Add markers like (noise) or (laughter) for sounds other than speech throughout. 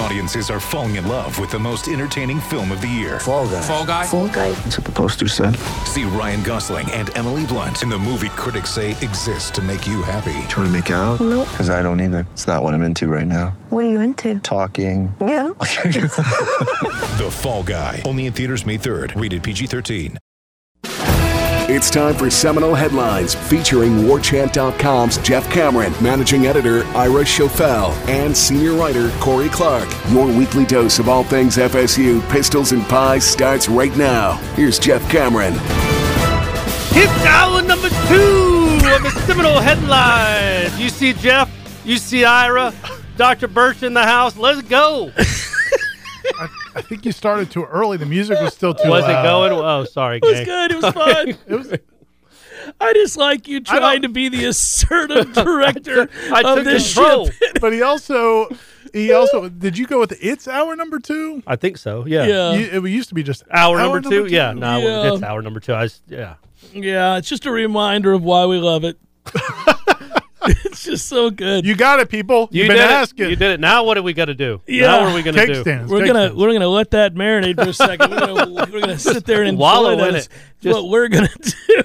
Audiences are falling in love with the most entertaining film of the year. Fall guy. Fall guy. Fall guy. That's what the poster said. See Ryan Gosling and Emily Blunt in the movie critics say exists to make you happy. Trying to make it out? Nope. Because I don't either. It's not what I'm into right now. What are you into? Talking. Yeah. The Fall Guy. Only in theaters May 3rd. Rated PG-13. It's time for Seminole Headlines featuring WarChant.com's Jeff Cameron, managing editor Ira Schofel, and senior writer Corey Clark. Your weekly dose of all things FSU, pistols, and pies starts right now. Here's Jeff Cameron. It's hour number two of the Seminole Headlines. You see Jeff, you see Ira, Dr. Birch in the house. Let's go. I think you started too early. The music was still too Was it loud. going? Oh, sorry, It was gang. good. It was (laughs) fun. I just like you trying to be the assertive director I took of this control. ship. But he also, he also, did you go with the it's hour number two? I think so. Yeah. Yeah. You- it used to be just Hour, number, two? Yeah. No, Yeah. it's hour number two. I was, yeah. (laughs) Yeah, it's just a reminder of why we love (laughs) it. it's just so good. You got it, people. You You've been did asking. it. You did it. Now what are we gonna do? Yeah. Now what are we gonna Cake do? stands. we're cake gonna stands. we're gonna let that marinate for a second. We're gonna, (laughs) we're gonna sit there and enjoy wallow that. in It's it. Just- what we're gonna (laughs) do.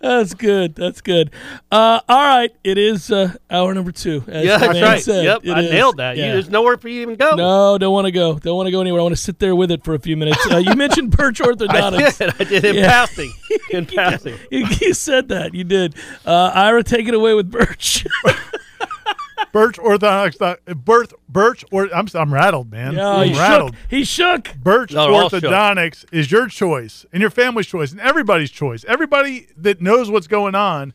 That's good. That's good. Uh, all right, it is uh, hour number two. as Yeah, the that's man right. said. Yep. It I is. nailed that. You- Yeah. there's nowhere for you to even go. No, Oh, don't want to go. Don't want to go anywhere. I want to sit there with it for a few minutes. Uh, you mentioned (laughs) Birch I Orthodontics. did. (laughs) I did (laughs) in Yeah. passing. In passing. You, you said that. You did. Uh, Ira, take it away with Birch. (laughs) Birch orthodontics. dot- Birth, Birch or I'm, I'm rattled, man. yeah, I'm Oh, he rattled. shook. He shook. Birch No, we're all shook. Orthodontics is your choice and your family's choice and everybody's choice. Everybody that knows what's going on,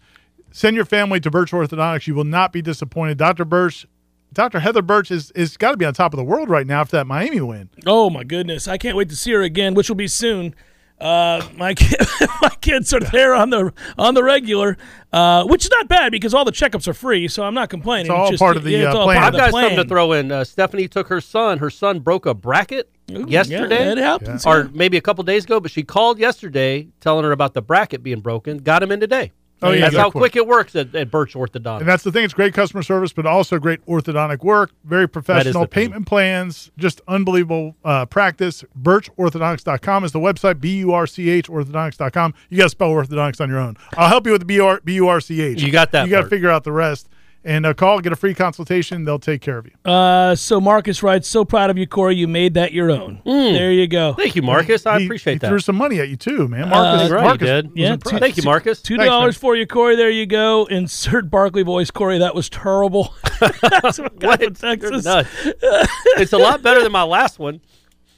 send your family to Birch Orthodontics. You will not be disappointed. Dr. Birch, Dr. Heather Birch is, is got to be on top of the world right now after that Miami win. Oh my goodness! I can't wait to see her again, which will be soon. Uh, my kid, (laughs) my kids are there on the on the regular, uh, which is not bad because all the checkups are free, so I'm not complaining. It's all part of the, yeah, it's uh, all plan. part I've of the got plan. something to throw in. Uh, Stephanie took her son. Her son broke a bracket yesterday. Yeah, it happens. or maybe a couple days ago, but she called yesterday telling her about the bracket being broken. Got him in today. Oh, yeah, that's of how course. quick it works at, at Birch Orthodontics. And that's the thing. It's great customer service, but also great orthodontic work. Very professional the thing. payment plans. Just unbelievable uh, practice. BirchOrthodontics.com is the website. B U R C H orthodontics.com. You got to spell orthodontics on your own. I'll help you with the B R B U R C H. You got that You got to part. figure out the rest. And uh, call, get a free consultation. They'll take care of you. Uh, so Marcus writes, "So proud of you, Corey. You made that your own. Hmm. There you go. Thank you, Marcus. I He- appreciate he that. Threw some money at you too, man. Marcus, Right, he Marcus did. was Yeah, impressed. Thank you, Marcus. Two Thanks, man. dollars for you, Corey. There you go. Insert Barkley voice, Corey. That was terrible. (laughs) That's what I got from You're (laughs) Texas. nuts. it's a lot better than my last one.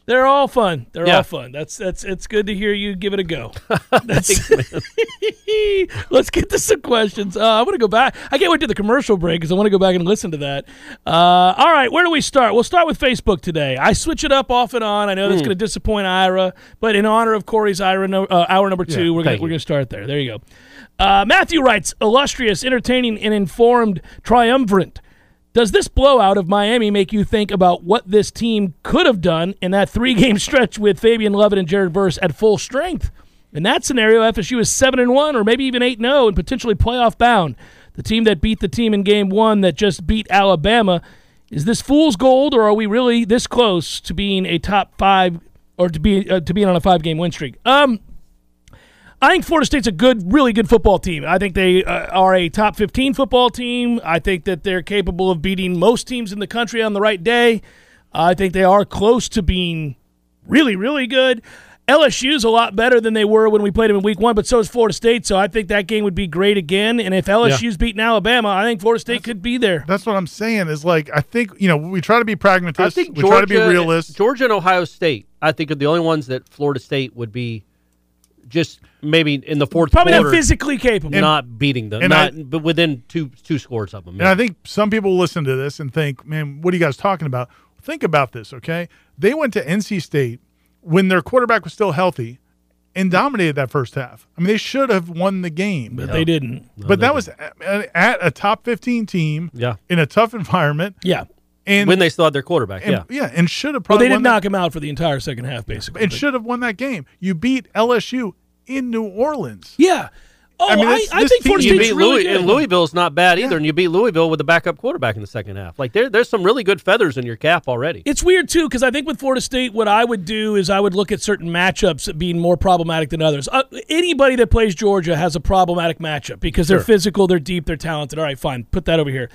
They're all fun. They're Yeah. all fun. That's that's it's good to hear you give it a go. That's- (laughs) Let's get to some questions. Uh, I want to go back. I can't wait to the commercial break because I want to go back and listen to that. Uh, all right, where do we start? We'll start with Facebook today. I switch it up off and on. I know that's going to disappoint Ira, but in honor of Corey's Ira no, uh, hour number two, we're gonna, thank we're you. going to start there. There you go. Uh, Matthew writes: illustrious, entertaining, and informed, triumvirate. Does this blowout of Miami make you think about what this team could have done in that three game (laughs) stretch with Fabian Lovett and Jared Verse at full strength? In that scenario, FSU is 7 and 1 or maybe even 8 and 0 and potentially playoff bound. The team that beat the team in game one that just beat Alabama. Is this fool's gold or are we really this close to being a top five or to, be, uh, to being on a five game win streak? Um, I think Florida State's a good, really good football team. I think they uh, are a top 15 football team. I think that they're capable of beating most teams in the country on the right day. I think they are close to being really, really good. LSU's a lot better than they were when we played them in week one, but so is Florida State. So I think that game would be great again. And if LSU's beating Alabama, I think Florida State could be there. That's what I'm saying. Is like I think you know we try to be I pragmatists. think we Georgia, try to be realists. Georgia and Ohio State, I think, are the only ones that Florida State would be just maybe in the fourth Probably quarter not physically capable. not beating them, and not I- but within two two scores of them. And I think some people listen to this and think, man, what are you guys talking about? Think about this, okay? They went to NC State when their quarterback was still healthy and dominated that first half. I mean, they should have won the game. but they didn't. but that was at, at a top 15 team Yeah. in a tough environment. Yeah. And, when they still had their quarterback, and- yeah. and should have Well, probably they did won that- knock him out for the entire second half, basically. and but- should have won that game. You beat LSU in New Orleans. yeah. Oh, I, mean, I, this- this think team- Florida You State's beat really Louis, and good. Louisville's not bad either, and you beat Louisville with a backup quarterback in the second half. Like there, there's some really good feathers in your cap already. It's weird too because I think with Florida State, what I would do is I would look at certain matchups being more problematic than others. Uh, anybody that plays Georgia has a problematic matchup because they're physical, they're deep, they're talented. All right, fine, put that over here.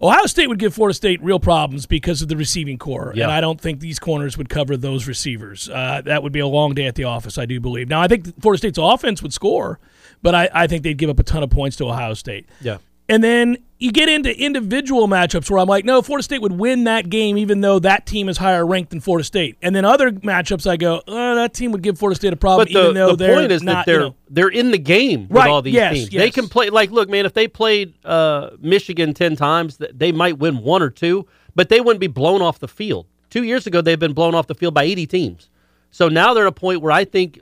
Ohio State would give Florida State real problems because of the receiving core, Yeah. and I don't think these corners would cover those receivers. Uh, that would be a long day at the office, I do believe. Now, I think Florida State's offense would score, but I, I think they'd give up a ton of points to Ohio State. Yeah. And then you get into individual matchups where I'm like, no, Florida State would win that game, even though that team is higher ranked than Florida State. And then other matchups, I go, oh, that team would give Florida State a problem, But the, Um, even though the they're point is not. that they're you know, they're in the game with Right, all these yes, teams. They yes. can play like look, man, if they played uh, Michigan ten times, th- they might win one or two, but they wouldn't be blown off the field. Two years ago, they've been blown off the field by eighty teams. So now they're at a point where I think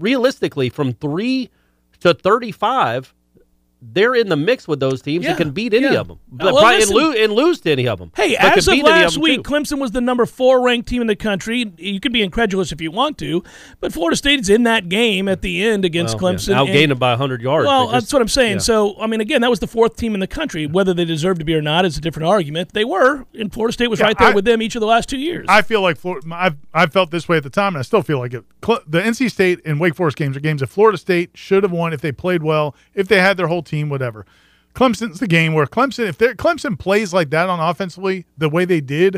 realistically, from three to thirty-five, they're in the mix with those teams Yeah, and can beat any yeah. of them, Uh, well, and, listen- lose, and lose to any of them. Hey, But could as of beat any last them, week, too. Clemson was the number four ranked team in the country. You could be incredulous if you want to, but Florida State is in that game at the end against Well, yeah, Clemson. and- outgained them by hundred yards. Well, They just- that's what I'm saying. yeah. So, I mean, again, that was the fourth team in the country. Whether they deserved to be or not is a different argument. They were, and Florida State was Yeah, right there I- with them each of the last two years. I feel like Florida. I've I felt this way at the time, and I still feel like it. Cl- The NC State and Wake Forest games are games that Florida State should have won if they played well, if they had their whole team, whatever. Clemson's the game where Clemson, if they're- Clemson plays like that on offensively the way they did,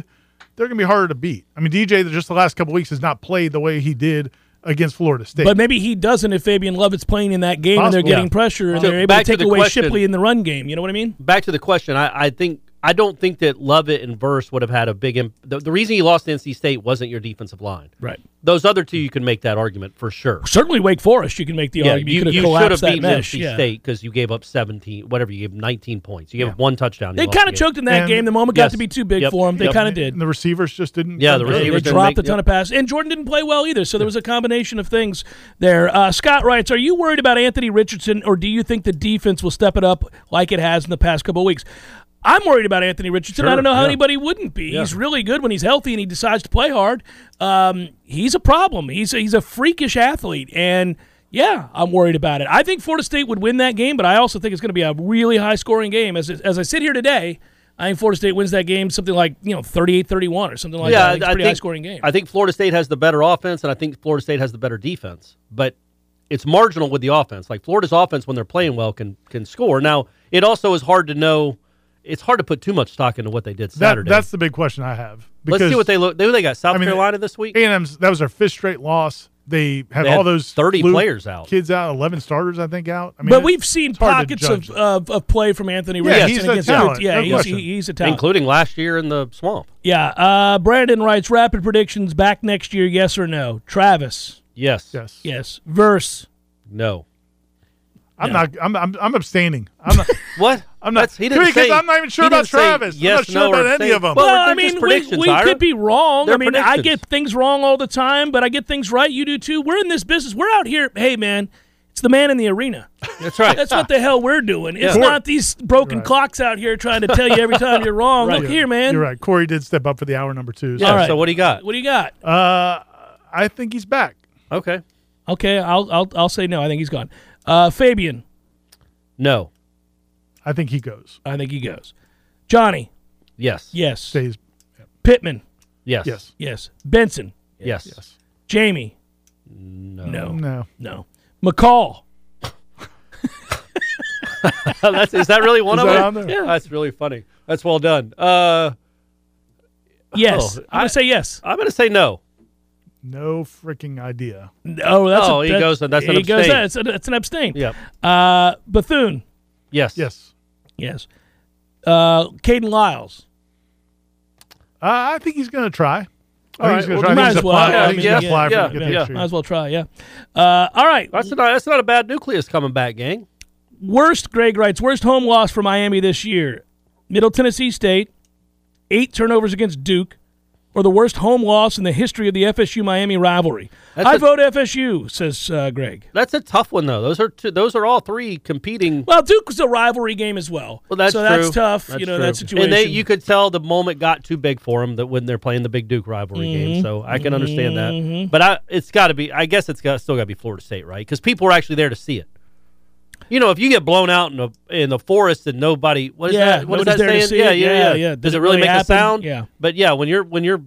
they're going to be harder to beat. I mean, DJ just the last couple weeks has not played the way he did against Florida State. But maybe he doesn't if Fabian Lovett's playing in that game and they're Possible. getting Yeah. pressure and So they're able back to to take the away question. Shipley in the run game. You know what I mean? back to the question, I, I think I don't think that Lovett and Verse would have had a big. Imp- the, the reason you lost to NC State wasn't your defensive line. Right. Those other two, you can make that argument for sure. Certainly Wake Forest, you can make the argument. you, could you have should collapsed have that beaten mesh. NC yeah. State because you gave up seventeen, whatever you gave them nineteen points. You gave up one touchdown. you They lost kind of the game. choked in that And- game. The moment got Yes. to be too big Yep. for them. They Yep. kind of did. And the receivers just didn't. come Yeah, the through. receivers They Receivers didn't dropped a make- ton yep. of passes, and Jordan didn't play well either. So there was a combination of things there. Uh, Scott writes: Are you worried about Anthony Richardson, or do you think the defense will step it up like it has in the past couple of weeks? I'm worried about Anthony Richardson. I Sure, don't know how yeah. anybody wouldn't be. He's really good when he's healthy and he decides to play hard. Um, he's a problem. He's a, he's a freakish athlete, and yeah, I'm worried about it. I think Florida State would win that game, but I also think it's going to be a really high scoring game. As as I sit here today. I think Florida State wins that game something like, you know, 38-31 or something like that. I uh, think it's a pretty high scoring game. I think Florida State has the better offense, and I think Florida State has the better defense. But it's marginal with the offense. Like Florida's offense, when they're playing well, can can score. Now it also is hard to know. It's hard to put too much stock into what they did That, Saturday. that's the big question I have. Let's see what they look. They, they got South I mean, Carolina this week. A&M's that was their fifth straight loss. They had They had all those 30 fluke players out. kids out, eleven starters I think out. I mean, but it- we've seen it's hard to pockets of, uh, judge that. of, of play from Anthony Yeah, Richardson he's a against talent, good- Yeah, no he's, question. he- he's a talent. Including last year in the swamp. yeah. Uh, Brandon writes rapid predictions back next year, yes or no? Travis, Yes. yes, yes. Verse, No. I'm not. I'm, I'm. I'm abstaining. I'm not. What? I'm not- That's, he didn't Because say, I'm not even sure he about didn't say Travis. I'm Yes, not sure no, or about any say- of 'em. Well, Well, I they're just mean, we, predictions, we Ira. could be wrong. They're I mean, I predictions. get things wrong all the time, but I get things right. You do too. We're in this business. We're out here. Hey, man, it's the man in the arena. That's right. That's what the hell we're doing. It's Yeah. not these broken clocks out here trying to tell you every time you're wrong. (laughs) Look here, man. You're (laughs) right. Corey did step up for the hour number two. So (laughs) Yeah, All right. So what do you got? What do you got? I think he's back. Okay. Okay, I'll I'll, I'll say no. I think he's gone. Uh, Fabian, No. I think he goes. I think he goes. Johnny, Yes. yes. Stays. Pittman, Yes. Yes. yes. Benson, Yes. (laughs) Jamie, no, no, No. McCall, Oh, that's, is that really one Is of that them? on there? Yeah. That's really funny. That's well done. Uh, yes. Oh, I'm gonna I- say yes. I'm going to say no. No freaking idea. Oh, that's Oh, a, he that- goes, that's an he Goes, abstain. "Yeah, it's, an, it's an abstain. Yep. Uh, Bethune, Yes. Yes. yes. Uh, Caden Lyles. Uh, I think he's going to try. All I think he's right, well, gonna try. I might think he's as well. applied- I Yeah, think he's gonna yeah, apply yeah, for the yeah. get the Yeah. extra. Might as well try. Yeah. Uh, all right. That's not, that's not a bad nucleus coming back, gang. Worst Greg writes. Worst home loss for Miami this year. Middle Tennessee State, eight turnovers against Duke, or the worst home loss in the history of the FSU Miami rivalry. That's I a- vote FSU, says uh, Greg. That's a tough one though. Those are two, those are all three competing. Well, Duke was a rivalry game as well. Well, that's so that's true. tough. That's you know true. that situation. And they, you could tell the moment got too big for them that when they're playing the Big Duke rivalry Mm-hmm. game. So I can understand that. But I, it's got to be. I guess it's got still got to be Florida State, right? Because people are actually there to see it. You know, if you get blown out in the in the forest and nobody, what is Yeah, that? What is nobody's that there to saying? see yeah, it. yeah, Yeah, yeah, yeah. Does, it really, make happen? a sound? Yeah. But yeah, when you're when you're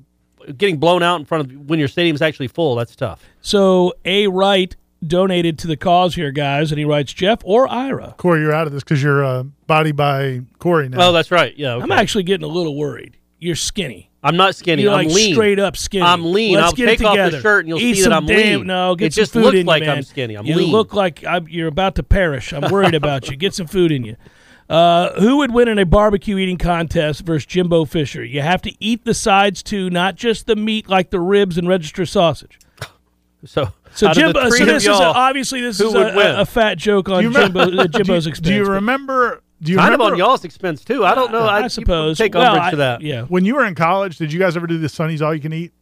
getting blown out in front of when your stadium's actually full, that's tough. So A Wright donated to the cause here, guys, and he writes Jeff or Ira. Corey, you're out of this because you're uh, body by Corey now. Oh, that's right. Yeah, okay. I'm actually getting a little worried. You're skinny. I'm not skinny. You're I'm like lean. straight up skinny. I'm lean. Let's I'll get take it off the together. shirt and you'll Eat see that some I'm damn, lean. No, get It some just food looks in you, like I'm man. skinny. I'm you lean. look like I'm, you're about to perish. I'm worried about you. Get some food in you. Uh, who would win in a barbecue eating contest versus Jimbo Fisher? You have to eat the sides too, not just the meat like the ribs and register sausage. So, So out of the Jimbo, three so of this is a, y'all, obviously this who is would a, win? a, a fat joke on you remem- Jimbo, (laughs) uh, Jimbo's do, you- expense. do you but- remember? Do you kind of remember on y'all's expense too. I don't know. Uh, I, you suppose. take well, umbrage I- to that. (laughs) Yeah, when you were in college? Did you guys ever do the Sunny's all you can eat?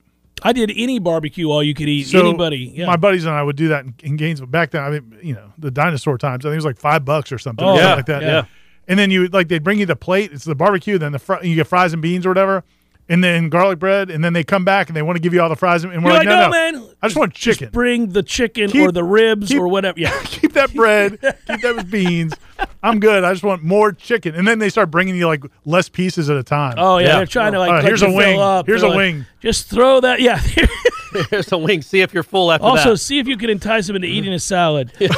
I did any barbecue all you could eat. So anybody? Yeah. My buddies and I would do that in, in Gainesville back then. I mean, you know, the dinosaur times. I think it was like five bucks or something, Oh, or something yeah, like that. yeah. And then you would- like they'd bring you the plate. It's the barbecue. Then the fr- you get fries and beans or whatever, and then garlic bread. And then they come back and they want to give you all the fries and and we're You're like, like, no, no, "No, man, I just want Just chicken. bring the chicken Keep- or the ribs keep- or whatever. Yeah. (laughs) keep that bread. keep those (laughs) beans. I'm good. I just want more chicken. And then they start bringing you like less pieces at a time. Oh yeah, Yeah. they're trying to like. All right, let here's you a fill wing. Up. Here's They're a like, wing. Just throw that. Yeah. (laughs) There's a wing. See if you're full after also, that. see if you can (laughs) entice them into eating a salad. (laughs)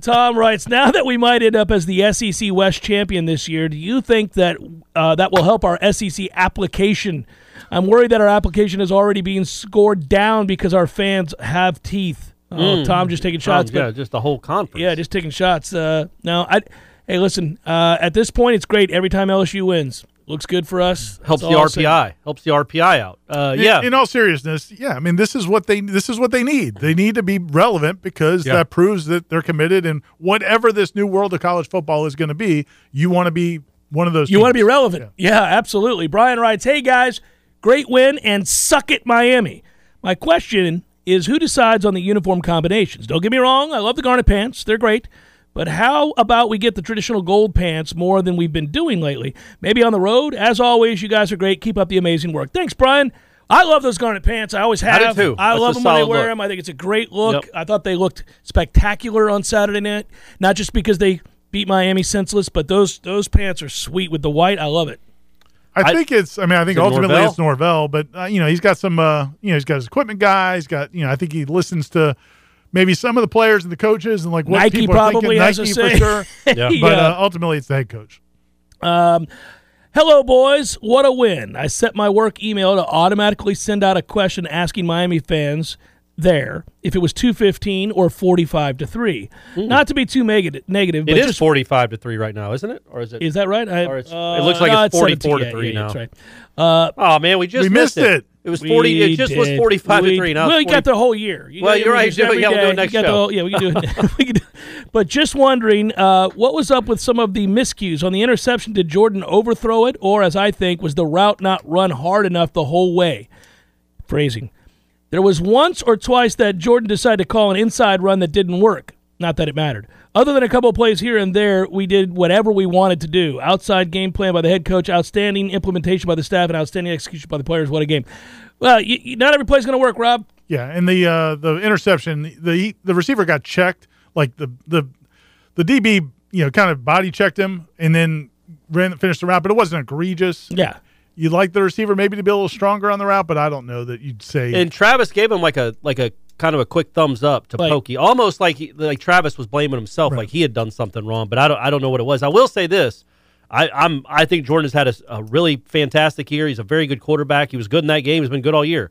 Tom writes: Now that we might end up as the SEC West champion this year, do you think that uh, that will help our SEC application? I'm worried that our application is already being scored down because our fans have teeth. Oh, Hmm. Tom just taking Oh, shots, but yeah, just the whole conference. Yeah, just taking shots. Uh, no, I. Hey, listen. Uh, at this point, it's great every time LSU wins. Looks good for us. That's Mm-hmm. helps the all I'll say. RPI. Helps the RPI out. Uh, In- yeah. In all seriousness, yeah. I mean, this is what they this is what they need. They need to be relevant because Yeah. that proves that they're committed. And whatever this new world of college football is going to be, you want to be one of those. You want to be teams. relevant. Yeah. absolutely. Brian writes, "Hey guys, great win and suck it, Miami." My question is, who decides on the uniform combinations? Don't get me wrong. I love the garnet pants; they're great. But how about we get the traditional gold pants more than we've been doing lately? Maybe on the road. As always, you guys are great. Keep up the amazing work. Thanks, Brian. I love those garnet pants. I always I have. do too. I That's love a them when they solid wear look. them. I think it's a great look. Yep. I thought they looked spectacular on Saturday night, not just because they beat Miami senseless, but those those pants are sweet with the white. I love it. I, I- think it's. I mean, I think Is it ultimately Norvell? it's Norvell, but uh, you know, he's got some. Uh, you know, he's got his equipment guy. He's got. You know, I think he listens to maybe some of the players and the coaches and like what Nike people probably are has thinking. Nike a say. for (laughs) sure. Yeah. But uh, ultimately, it's the head coach. Hello, boys. What a win. I set my work email to automatically send out a question asking Miami fans there if it was 215 or 45 to 3. Not to be too mega- negative, It but is just. forty-five to three right now, isn't it? Or is it? Is that right? I, uh, Or it's- it looks like no, it's 44 17. to Yeah, three yeah, yeah, now. That's right. oh man, we We just missed it. It was forty. We it just was did. forty-five We- to three. Now well, it's you got 40 the whole year. You Well, got- you're right. just Yeah, every yeah, we'll do it day. You next got the show. whole- yeah, we can do it. (laughs) we can do, but just wondering, uh, what was up with some of the miscues on the interception? Did Jordan overthrow it, or as I think, was the route not run hard enough the whole way? Phrasing. There was once or twice that Jordan decided to call an inside run that didn't work. Not that it mattered. Other than a couple of plays here and there, we did whatever we wanted to do. Outside game plan by the head coach, outstanding implementation by the staff, and outstanding execution by the players. What a game! Well, you, you- not every play's going to work, Rob. Yeah, and the uh, the interception, the the receiver got checked, like the the the DB, you know, kind of body checked him, and then ran finished the route, but it wasn't egregious. Yeah, You'd like the receiver maybe to be a little stronger on the route, but I don't know that you'd say. and Travis gave him like a like a kind of a quick thumbs up to Like- Pokey, almost like he, like Travis was blaming himself, like he had done something wrong. But I don't I don't know what it was. I will say this. I, I'm I think Jordan has had a, s- a really fantastic year. He's a very good quarterback. He was good in that game. He's been good all year.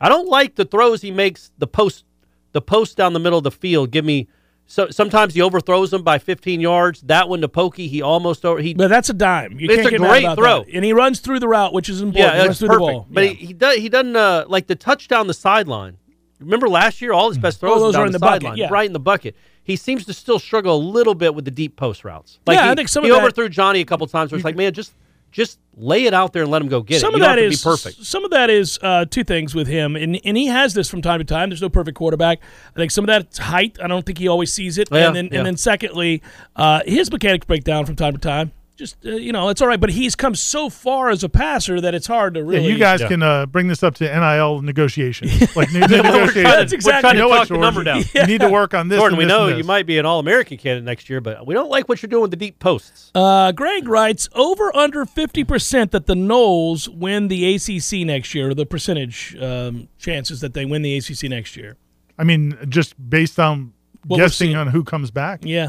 I don't like the throws he makes. The post, the post down the middle of the field. Give me. So sometimes he overthrows them by 15 yards. That one to Pokey, he almost over. He But that's a dime. You It's can't a get mad great about throw. that. and he runs through the route, which is important. yeah, he it's runs through perfect. the ball. But Yeah. he he, does, he doesn't uh, like the touchdown the sideline. Remember last year, all his best Mm. throws Oh, those were down are in the, the bucket, sideline, yeah. right in the bucket. He seems to still struggle a little bit with the deep post routes. Like Yeah, he, I think some he of that- overthrew Johnny a couple times. Where it's like, man, just just lay it out there and let him go get some it. of you that don't is have to be perfect. Some of that is uh, two things with him, and and he has this from time to time. There's no perfect quarterback. I think some of that's height. I don't think he always sees it. Yeah, and then yeah. and then secondly, uh, his mechanics break down from time to time. Just uh, you know, it's all right. But he's come so far as a passer that it's hard to Yeah, really. you guys can uh, bring this up to NIL (laughs) negotiations. Like, new, new negotiations. That's We're exactly- trying You to know what, talk the George? number down. (laughs) You need to work on this. Jordan, and we this and know you this. might be an All American candidate next year, but we don't like what you're doing with the deep posts. Uh, Greg writes over under fifty percent that the Knowles win the ACC next year. Or the percentage um, chances that they win the ACC next year. I mean, just based on What we're guessing seeing. on who comes back. Yeah,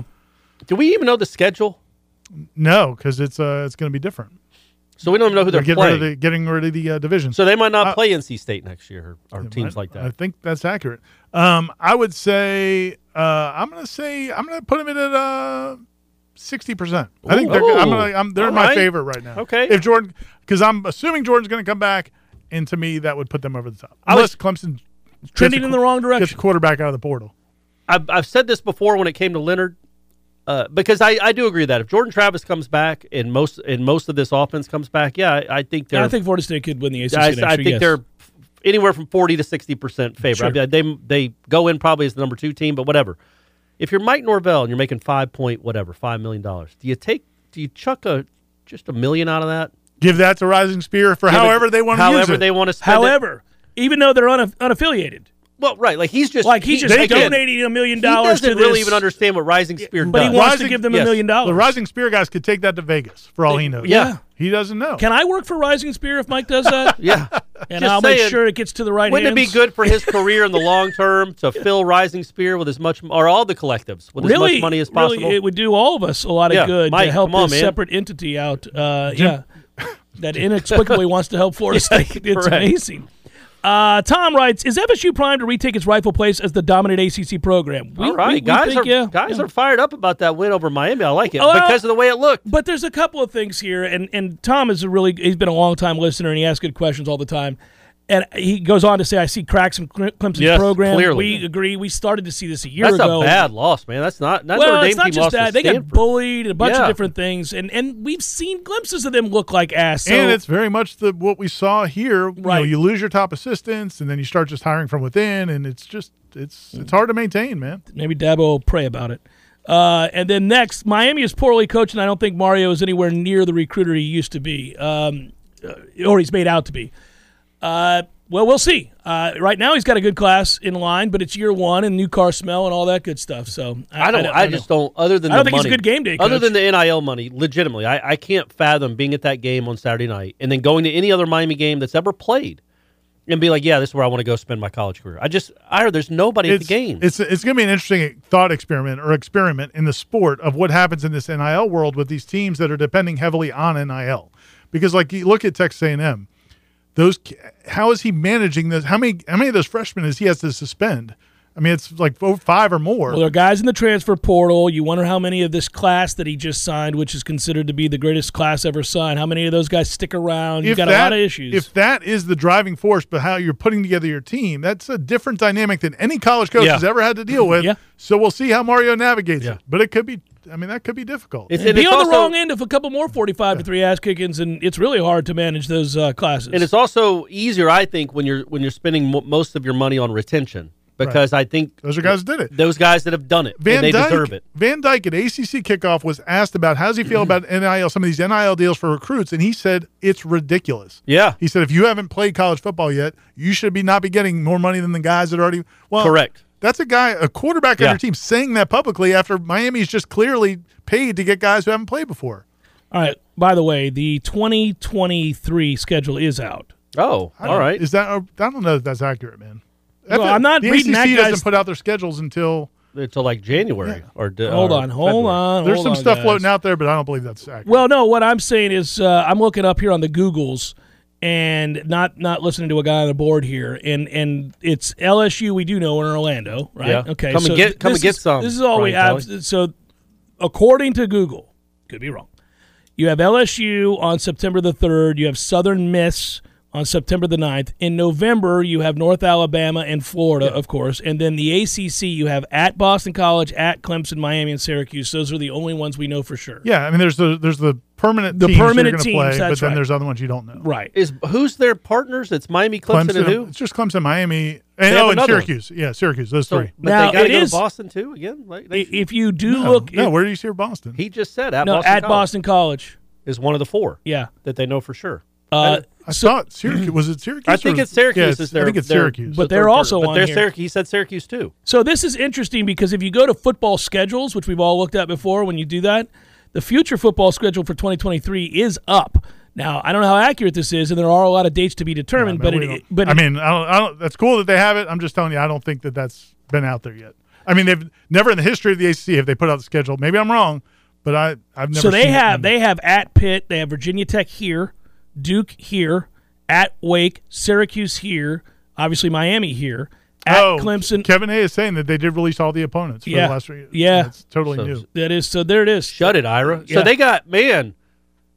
Do we even know the schedule? No, because it's uh, it's going to be different. So we don't even know who they're getting playing. rid of the getting rid of the uh, division. so they might not Uh, play NC State next year or, or teams I- like I that. think that's accurate. Um, I would say uh, I'm going to say I'm going to put them in at uh, sixty percent. I think they're Ooh. I'm gonna, I'm, they're All my right. favorite right now. Okay. if Jordan because I'm assuming Jordan's going to come back, and to me that would put them over the top. Unless Clemson gets trending a in qu- the wrong gets a direction. quarterback out of the portal. I've, I've said this before when it came to Leonard, uh, because I, I do agree that if Jordan Travis comes back and most and most of this offense comes back, yeah, I, I think they're I think Florida State could win the ACC I, next I year. think yes. they're anywhere from forty to sixty percent favor. I Sure. mean, they they go in probably as the number two team, but whatever. If you're Mike Norvell and you're making five point whatever five million dollars, do you take do you chuck a just a million out of that? Give that to Rising Spear for Give it- however they want to use however it. they want to spend it. However, even though they're unaff- unaffiliated, well, right, like he's just like he just again, donated a million He dollars to doesn't this, really even understand what Rising Spear but he does. wants to Rising- give them yes. a million the dollars. Rising Spear guys could take that to Vegas for all he knows. yeah. he doesn't know. Can I work for Rising Spear if Mike does (laughs) that? yeah. (laughs) and Just I'll saying. make sure it gets to the right. Wouldn't it be hands? good (laughs) for his career in the long term to fill Rising Spear with as much, or all the collectives with Really, as much money as really, possible? it would do all of us a lot of Yeah, good Mike, to help come on, this man. separate entity out. Uh, yeah, that (laughs) inexplicably wants to help Florida State. It's correct. amazing. Uh, Tom writes: Is FSU primed to retake its rightful place as the dominant ACC program? We, all right, we- we guys think, are yeah, guys yeah. are fired up about that win over Miami. I like it Well- because of the way it looked. But there's a couple of things here, and, and Tom is a really he's been a long time listener, and he asks good questions all the time. And he goes on to say, "I see cracks in Cle- Clemson's Yes, program. clearly. We agree. We started to see this a year That's ago. a bad loss, man. That's not. Not well, Notre Dame it's not team just lost to that they got Stanford. bullied, a bunch Yeah. of different things, and and we've seen glimpses of them look like ass. So and it's very much the what we saw here. You know, Right. you lose your top assistants, and then you start just hiring from within, and it's just it's it's hard to maintain, man. maybe Dabo will pray about it. Uh, and then next, Miami is poorly coached, and I don't think Mario is anywhere near the recruiter he used to be, um, uh, or he's made out to be. Uh, well, we'll see. Uh, right now, he's got a good class in line, but it's year one and new car smell and all that good stuff. So I don't. I, just know. don't. Other than I don't the think he's a money- good game day Other coach. than the nil money, legitimately, I, I can't fathom being at that game on Saturday night and then going to any other Miami game that's ever played, and be like, yeah, this is where I want to go spend my college career. I just I heard there's nobody at It's the game. It's it's going to be an interesting thought experiment or experiment in the sport of what happens in this NIL world with these teams that are depending heavily on NIL, because like you look at Texas A&M, those ki- how is he managing this? How many how many of those freshmen is he has to suspend? I mean, it's like four- five or more. Well, there are guys in the transfer portal. You wonder how many of this class that he just signed, which is considered to be the greatest class ever signed, how many of those guys stick around? You've got a lot of issues. If that is the driving force, but how you're putting together your team, that's a different dynamic than any college coach Yeah. has ever had to deal with. Yeah. So we'll see how Mario navigates Yeah. it. But it could be, I mean, that could be difficult. It's- and and be on the also- wrong end of a couple more 45 to 3 ass kickings and it's really hard to manage those uh, classes And it's also easier, I think, when you're when you're spending mo- most of your money on retention because I think Those are guys that did it. Those guys that have done it, Van and they Dyke, deserve it. Van Dyke at ACC kickoff was asked about how does he feel about NIL, some of these NIL deals for recruits, and he said it's ridiculous. Yeah. He said if you haven't played college football yet, you should be not be getting more money than the guys that already. Well, Correct. That's a guy, a quarterback on Yeah. your team, saying that publicly after Miami's just clearly paid to get guys who haven't played before. all right by the way the 2023 schedule is out Oh, I all don't- right. Is that? I don't know if that's accurate, man. Well, I'm not the reading ACC that guy's- doesn't put out their schedules until Until like January or de- hold or on hold Uh, February. on there's hold some on, stuff guys. floating out there, but I don't believe that's accurate. well no what i'm saying is uh, i'm looking up here on the googles and not not listening to a guy on the board here. And and it's LSU we do know in Orlando, right? Yeah. Okay. Come and so get- come this and get is- some, This is all we Brian have. So according to Google, could be wrong. You have LSU on September the 3rd. You have Southern Miss on September the 9th. In November, you have North Alabama and Florida, of course. And then the ACC, you have at Boston College, at Clemson, Miami, and Syracuse. Those are the only ones we know for sure. Yeah, I mean, there's the there's the permanent The teams permanent you're teams, going to play, but that's then right. there's other ones you don't know. Right. Is who's their partners? It's Miami, Clemson, and who? it's just Clemson, Miami, and have oh, and another one. Syracuse. Yeah, Syracuse. Those So, three. but Now, they got it to go is- to Boston too again. Like they, I- If you do No, look no, if- where do you see Boston? he just said at no, Boston at College Boston College. is one of the four Yeah. that they know for sure. Uh, I saw it. Syracuse was it Syracuse? I or think was- it's Syracuse. yeah, is their, I think it's their- Syracuse. But their they're third also partner. on But they're here. Syracuse. He said Syracuse too. So this is interesting because if you go to football schedules, which we've all looked at before, when you do that, the future football schedule for 2023 is up. Now I don't know how accurate this is, and there are a lot of dates to be determined. Man, but we it, don't- but I mean, I don't, I don't, that's cool that they have it. I'm just telling you, I don't think that that's been out there yet. I mean, they've never in the history of the ACC have they put out the schedule. Maybe I'm wrong, but I I've never. so they seen it have in- they have at Pitt, they have Virginia Tech here, Duke here, at Wake, Syracuse here, obviously Miami here, at Oh, Clemson. Kevin A is saying that they did release all the opponents for Yeah. the last three. years. Yeah. it's totally So- new. that is so. There it is. Shut it, Ira. Yeah. So they got man.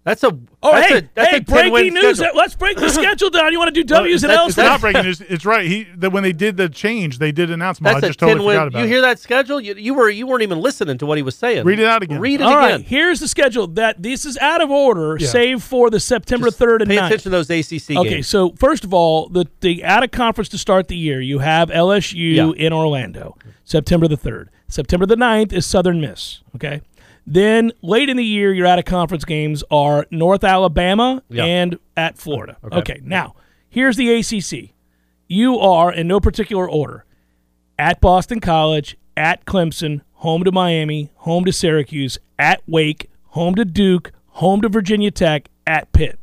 That's a Oh, that's hey, a, that's hey! a 10 breaking win news. schedule. Let's break (laughs) the schedule down. You want to do W's and that- L's? It's not That's- breaking news. It's right. He that when they did the change, they did announce. them all. I That's a just totally ten forgot win. about You it. hear that schedule? You, you were you weren't even listening to what he was saying. Read it out again. Read it All right, again. here's the schedule. That this is out of order, save for the September Just third and pay 9th. attention to those ACC okay, games. so first of all, the the out of conference to start the year, you have LSU Yeah. in Orlando, September the third. September the 9th is Southern Miss. Okay, then late in the year, your out of conference games are North Alabama Yeah. and at Florida. Okay. now here's the ACC. You are in no particular order at Boston College, at Clemson, home to Miami, home to Syracuse, at Wake, home to Duke, home to Virginia Tech, at Pitt.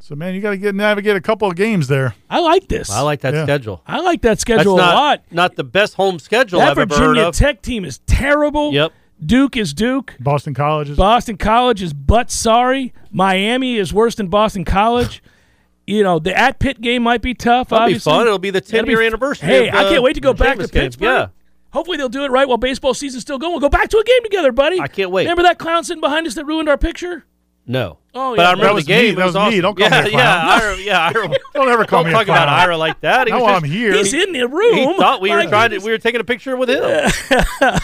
So man, you got to get navigate a couple of games there. I like this. I like that Yeah. schedule. I like that That's schedule not a lot. not the best home schedule That I've ever heard Virginia of. Tech team is terrible. Yep. Duke is Duke. Boston College is Boston College is butt sorry. Miami is worse than Boston College. (sighs) you know, the at Pitt game might be tough. That'll be obviously. fun. It'll be the That'll 10 year anniversary. Hey, of, I uh, can't wait to go the back to Jameis game. Pittsburgh. Yeah. Hopefully they'll do it right while baseball season's still going. We'll go back to a game together, buddy. I can't wait. Remember that clown sitting behind us that ruined our picture? No. Oh, But yeah. I remember That was the game. me. It That was awesome. me. Don't call me yeah, a Yeah, clown. Ira, yeah, Ira. (laughs) Don't ever call me don't a talk about clown. Ira like that. He Now was while just- I'm here, He's hey in the room. He (laughs) thought we were My trying to. goodness. We were taking a picture with him.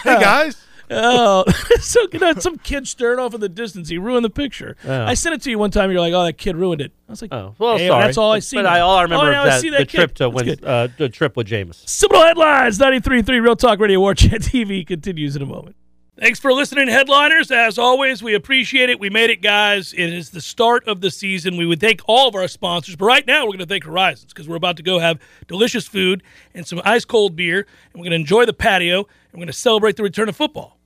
guys, Oh, so you know, some kid staring off in the distance. He ruined the picture. I sent it to you one time. You're like, "Oh, that kid ruined it." I was like, Oh, well, "Hey, but sorry. That's all I see. But now. I all I Oh, remember now is that, see the kid. trip to That's when good. uh, the trip with Jameis. Seminole Headlines 93.3 Real Talk Radio War Chant (laughs) TV continues in a moment. Thanks for listening, headliners. As always, we appreciate it. We made it, guys. It is the start of the season. We would thank all of our sponsors, but right now we're going to thank Horizons because we're about to go have delicious food and some ice cold beer, and we're going to enjoy the patio, and we're going to celebrate the return of football.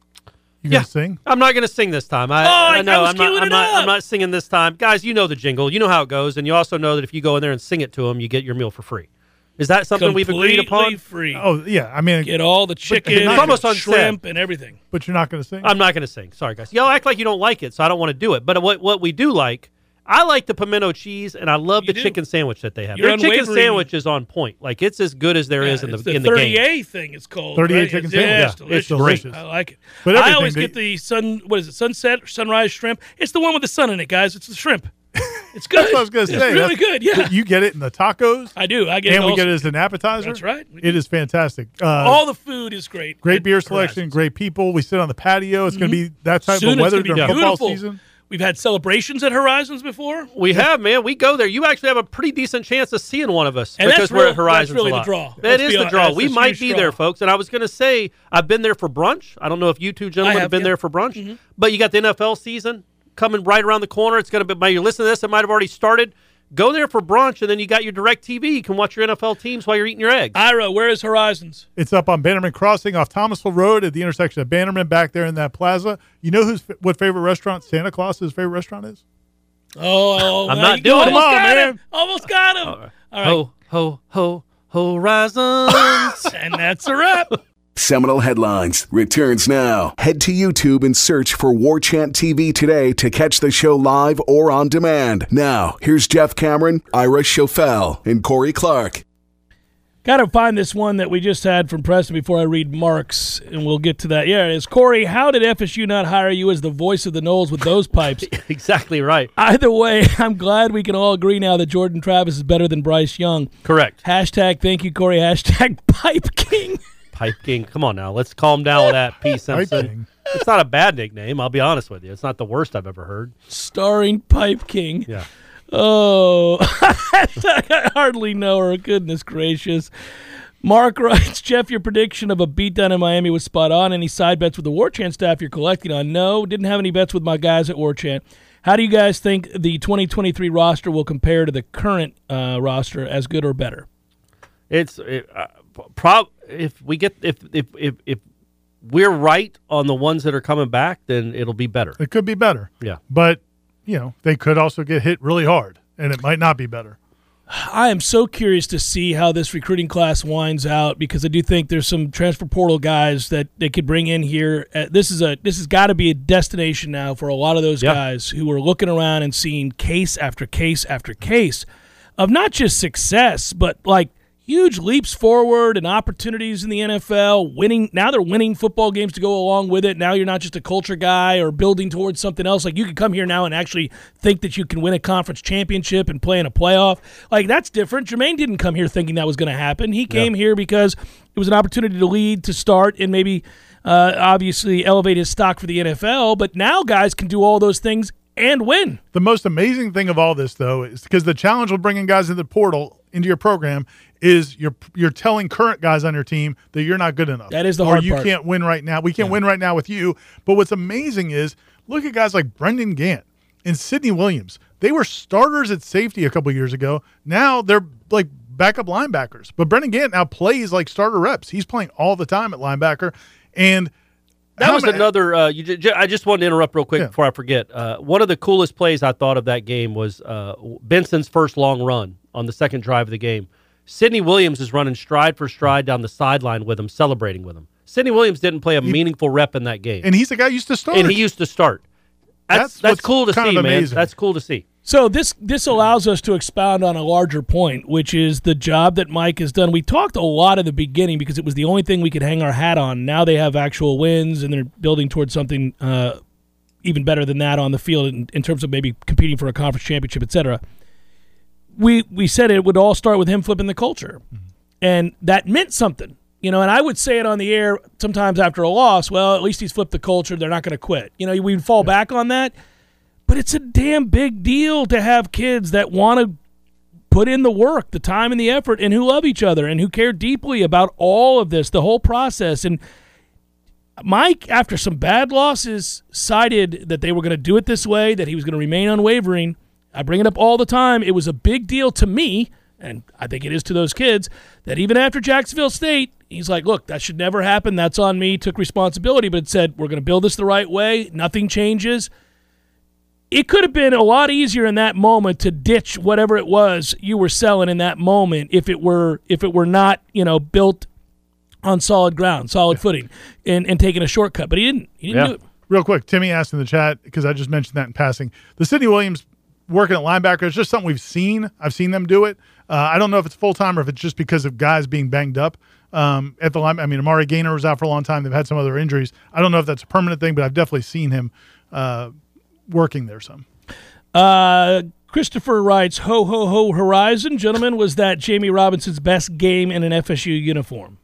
you gonna sing? I'm not going to sing this time. I, Oh, I- I I know. was am not, queuing I'm, it not, up. I'm not singing this time. Guys, you know the jingle. You know how it goes. And you also know that if you go in there and sing it to them, you get your meal for free. Is that something we've agreed Completely upon? free. Oh yeah, I mean, Get all the chicken, not and almost on shrimp, and everything. but you're not gonna sing. I'm not going to sing. Sorry, guys. Y'all act like you don't like it, so I don't want to do it. But what what we do like, I like the pimento cheese, and I love You the do. chicken sandwich that they have. You're Their chicken unwavering. sandwich is on point. Like it's as good as there is in the, It's in the game. 38 thing it's called. 38 right? chicken yeah, sandwich. It's Yeah, it's delicious. delicious. I like it. But I everything always they- get the sun. What is it? Sunset or sunrise shrimp? It's the one with the sun in it, guys. It's the shrimp. (laughs) It's good. That's what I was gonna say. It's really That's- good. Yeah, you get it in the tacos, I do. I get. and it we all- get it as an appetizer. That's right. It is fantastic. Uh, All the food is great. great at beer selection, Horizons. great people. We sit on the patio. It's gonna be that type Mm-hmm. Soon of it's weather gonna be during football beautiful. season. We've had celebrations at Horizons before, We have, man. We go there. You actually have a pretty decent chance of seeing one of us And because that's we're real- at Horizons that's really a the lot. draw. That Let's is be the honest. draw. That's We the might huge be draw. there, folks. And I was going to say, I've been there for brunch. I don't know if you two gentlemen I have, have, been yeah. Mm-hmm. there for brunch, but you got the NFL season coming right around the corner. It's going to be. By you listen to this, it might have already started. Go there for brunch, and then you got your Direct TV. You can watch your NFL teams while you're eating your eggs. Ira. Where is Horizons? It's up on Bannerman Crossing off Thomasville Road at the intersection of Bannerman back there in that plaza. You know who's what favorite restaurant Santa Claus's favorite restaurant is? Oh, I'm now not you doing almost it. Come on, got him. man. Almost got him. All right. Ho ho ho Horizons. (laughs) And that's a wrap. Seminole Headlines returns now. Head to YouTube and search for War Chant TV today to catch the show live or on demand. Now, here's Jeff Cameron, Ira Schofel, and Corey Clark. Got to find this one that we just had from Preston before I read Marks, and we'll get to that. Yeah, it is. Corey, how did FSU not hire you as the voice of the Knowles with those pipes? Exactly right. Either way, (laughs) I'm glad we can all agree now that Jordan Travis is better than Bryce Young. Correct. Hashtag thank you, Corey. Hashtag (laughs) pipe king. Pipe King. Come on now. Let's calm down with that. P. Simpson. King. It's not a bad nickname. I'll be honest with you. It's not the worst I've ever heard. Starring Pipe King. Yeah. Oh, (laughs) I hardly know her. Goodness gracious. Mark writes, Jeff, your prediction of a beatdown in Miami was spot on. Any side bets with the War Chant staff you're collecting on? No, didn't have any bets with my guys at War Chant. How do you guys think the 2023 roster will compare to the current uh, roster, as good or better? It's it, uh, prob if we get if if if if we're right on the ones that are coming back, then it'll be better. It could be better. Yeah. But, you know, they could also get hit really hard and it might not be better. I am so curious to see how this recruiting class winds out because I do think there's some transfer portal guys that they could bring in here. Uh, this is a this has got to be a destination now for a lot of those Yeah. guys who are looking around and seeing case after case after case of not just success but like huge leaps forward and opportunities in the NFL, winning now they're winning football games to go along with it. Now you're not just a culture guy or building towards something else. Like you could come here now and actually think that you can win a conference championship and play in a playoff. Like that's different. Jermaine didn't come here thinking that was going to happen. He came here because it was an opportunity to lead, to start, and maybe uh, obviously elevate his stock for the NFL. But now guys can do all those things and win. The most amazing thing of all this, though, is because the challenge with bringing guys into the portal into your program is you're you're telling current guys on your team that you're not good enough. That is the or hard you part. can't win right now. We can't win right now with you. But what's amazing is look at guys like Brendan Gant and Sidney Williams. They were starters at safety a couple years ago. Now they're like backup linebackers. But Brendan Gant now plays like starter reps. He's playing all the time at linebacker. And That how was many- another. Uh, you ju- ju- I just wanted to interrupt real quick Yeah. before I forget. Uh, one of the coolest plays I thought of that game was uh, Benson's first long run on the second drive of the game. Sidney Williams is running stride for stride down the sideline with him, celebrating with him. Sidney Williams didn't play a meaningful rep in that game, and, and he's the guy who used to start. he used to start. That's That's that's, what's cool to kind see, of man. amazing. That's cool to see. So this this allows us to expound on a larger point, which is the job that Mike has done. We talked a lot at the beginning because it was the only thing we could hang our hat on. Now they have actual wins and they're building towards something uh, even better than that on the field in, in terms of maybe competing for a conference championship, et cetera. We we said it would all start with him flipping the culture, and that meant something, you know. And I would say it on the air sometimes after a loss. Well, at least he's flipped the culture. They're not going to quit. You know, we'd fall back on that. But it's a damn big deal to have kids that want to put in the work, the time and the effort, and who love each other and who care deeply about all of this, the whole process. And Mike, after some bad losses, cited that they were going to do it this way, that he was going to remain unwavering. I bring it up all the time. It was a big deal to me, and I think it is to those kids, that even after Jacksonville State, he's like, look, that should never happen. That's on me. Took responsibility, but it said, we're going to build this the right way. Nothing changes it could have been a lot easier in that moment to ditch whatever it was you were selling in that moment if it were if it were not you know built on solid ground solid footing and and taking a shortcut but he didn't he didn't Yeah. do it Real quick, Timmy asked in the chat because I just mentioned that in passing. The Sidney Williams working at linebacker is just something we've seen. I've seen them do it. Uh, I don't know if it's full time or if it's just because of guys being banged up um, at the line. I mean, Amari Gaynor was out for a long time. They've had some other injuries. I don't know if that's a permanent thing, but I've definitely seen him uh, working there some. uh Christopher writes, "Ho ho ho! Horizon, gentlemen, was that Jamie Robinson's best game in an FSU uniform?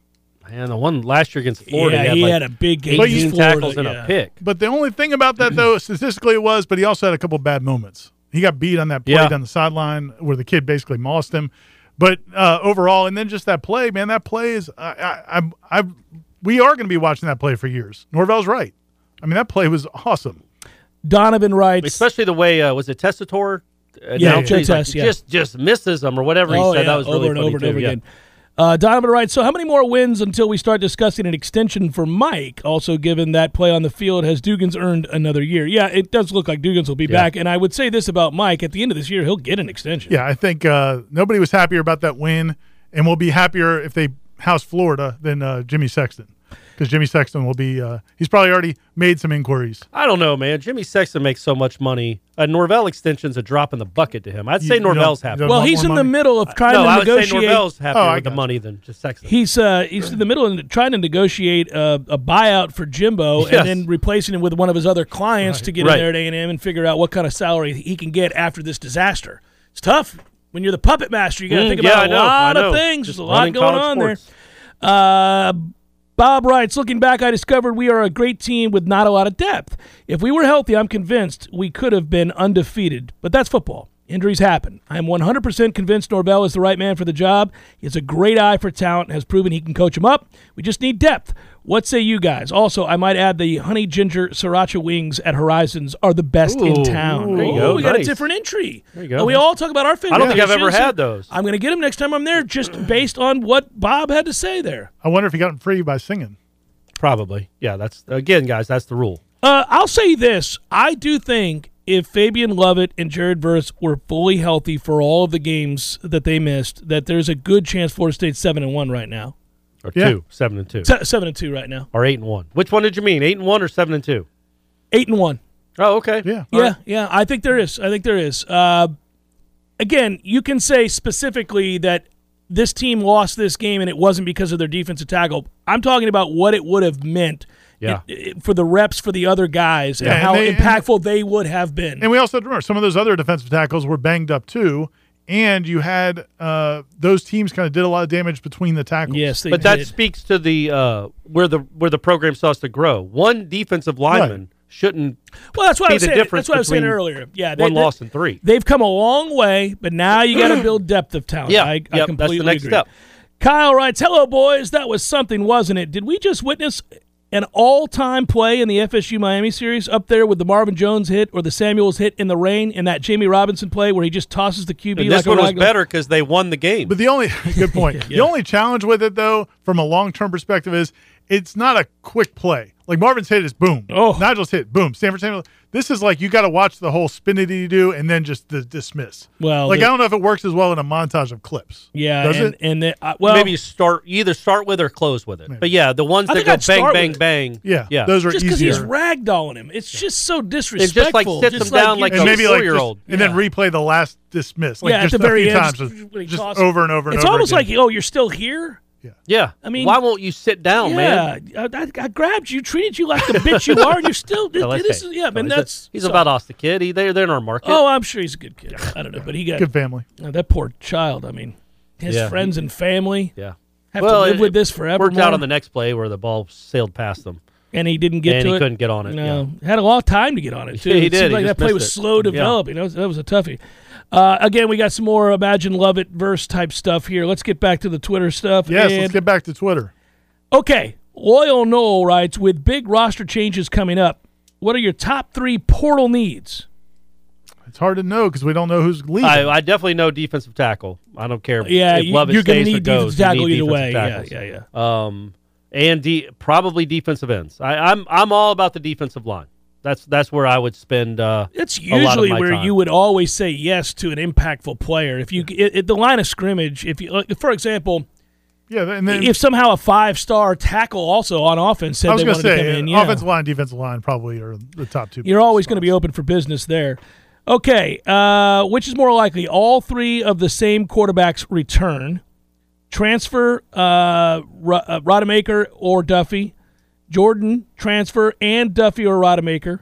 Man, the one last year against Florida, yeah, he had, he like had a big game. But you- eighteen against Florida, tackles and yeah. a pick. But the only thing about that, though, statistically, it was, but he also had a couple bad moments. He got beat on that play Yeah. down the sideline where the kid basically mossed him. But uh, overall, and then just that play, man, that play is, I, I, I'm- I, we are going to be watching that play for years. Norvell's right. I mean, that play was awesome. Donovan writes, especially the way uh, was it Testator? Uh, Yeah, announced it? He's like, Tess, yeah. just just misses him or whatever he said. that was Oh, over really and funny over too, and over yeah. again. Uh, Donovan writes, so how many more wins until we start discussing an extension for Mike? Also, given that play on the field, has Dugans earned another year? Yeah, it does look like Dugans will be back. And I would say this about Mike at the end of this year, he'll get an extension. Yeah, I think uh, nobody was happier about that win, and we'll be happier if they house Florida than uh, Jimmy Sexton. because Jimmy Sexton will be. Uh, he's probably already made some inquiries. I don't know, man. Jimmy Sexton makes so much money. A Norvell extension's a drop in the bucket to him. I'd You- say you don't- Norvell's you happy. don't Well, want he's more in the money? middle of trying no, to I would say negotiate. Norvell's happier Oh, I with the got money than just Sexton. He's uh, he's in the middle and trying to negotiate a, a buyout for Jimbo, Yes. and then replacing him with one of his other clients to get Right. in there at A and M and figure out what kind of salary he can get after this disaster. It's tough when you're the puppet master. You got to Mm, think yeah, I about a know, I lot know. of things. Just There's a lot running going college on sports. there. Uh, Bob writes, looking back, I discovered we are a great team with not a lot of depth. If we were healthy, I'm convinced we could have been undefeated, but that's football. Injuries happen. I am 100% convinced Norvell is the right man for the job. He has a great eye for talent and has proven he can coach him up. We just need depth. What say you guys? Also, I might add the honey ginger sriracha wings at Horizons are the best in Ooh, town. there you Ooh, go. we got Nice. a different entry. There you go. We all talk about our favorite. think I've ever dishes. had those. I'm going to get them next time I'm there just based on what Bob had to say there. I wonder if he got him free by singing. Probably. Yeah, that's again, guys, that's the rule. Uh, I'll say this: I do think if Fabian Lovett and Jared Verse were fully healthy for all of the games that they missed, that there's a good chance Florida State's seven and one right now, Or Yeah. two. Seven and two. Se- seven and two right now, or eight and one. Which one did you mean? Eight and one or seven and two? eight and one. Oh, okay. Yeah. yeah, yeah. I think there is. I think there is. Uh, again, you can say specifically that this team lost this game and it wasn't because of their defensive tackle. I'm talking about what it would have meant. Yeah. it- it- for the reps for the other guys Yeah, and and how they- and- impactful they would have been. And we also have to remember some of those other defensive tackles were banged up too, and you had uh, those teams kind of did a lot of damage between the tackles. yes, they But that did. speaks to the uh, where the where the program starts to grow. One defensive lineman shouldn't Well, that's what be I was the saying. difference That's what I was saying between earlier. Yeah, one loss and three. They've come a long way, but now you (clears throat) got to build depth of talent. Yeah, I, yep, I that's the completely next agree. step. Kyle writes, "Hello, boys. That was something, wasn't it? Did we just witness an all-time play in the FSU Miami series up there with the Marvin Jones hit or the Samuels hit in the rain and that Jamie Robinson play where he just tosses the QB And like this a one was rag doll? better because they won the game. But the only (laughs) good point. (laughs) The only challenge with it though, from a long term perspective, is it's not a quick play. Like Marvin's hit is boom. Oh. Nigel's hit boom. Stanford Samuel. This is like you got to watch the whole spinnity do and then just the dismiss. Well, like the- I don't know if it works as well in a montage of clips. Yeah, does and, it? and the, uh, well, Maybe you start you either start with or close with it. But yeah, the ones I think that go I'd bang start bang with it. bang. yeah, yeah. Those are just because easier. he's ragdolling him, it's just so like, disrespectful. sits him down you like and a just- maybe like just- four-year-old. and then replay the last dismiss. Like yeah, just at the a very few end, times, just- just, when he just tosses- over and over and it's over. almost again. like, oh, you're still here. Yeah. I mean- why won't you sit down, Oh, man? Yeah, I, I- I grabbed you, treated you like the bitch you are, and you're still. LSK. this is, yeah, (laughs) No, man, he's a- that's. he's so- about us, the kid. He, they're, they're in our market. Oh, I'm sure he's a good kid. I don't know, but he got good family. oh, that poor child. I mean, his Yeah. friends and family yeah. have to live with this forever. Worked out more, on the next play where the ball sailed past them. and he didn't get and to he it. couldn't get on it, No, had a long time to get (laughs) on it too. Yeah, he It did. seemed He like just that play missed was it. slow Yeah. developing. That was, that was a toughie. Uh, again, we got some more Imagine Love It verse type stuff here. Let's get back to the Twitter stuff. Yes, and let's get back to Twitter. Okay, Loyal Noel writes with big roster changes coming up. What are your top three portal needs? It's hard to know because we don't know who's leaving. I, I definitely know defensive tackle. I don't care. Yeah, if you- Lovett you're gonna stays or need goes, defensive tackle you need either way. defensive Yeah, tackles. yeah, yeah. Um, and de- probably defensive ends. I, I'm I'm all about the defensive line. That's that's where I would spend. Uh, That's a lot of usually my where time. you would always say yes to an impactful player. If you at at the line of scrimmage, if you, like, for example, yeah, and then if somehow a five star tackle also on offense said I was they going wanted to to come say in, uh, yeah, offensive line, defensive line probably are the top two. you're always going to be open for business there. Okay, uh, which is more likely? All three of the same quarterbacks return. Transfer uh, Ro- uh, Rodemaker or Duffy. Jordan transfer and Duffy or Rodemaker.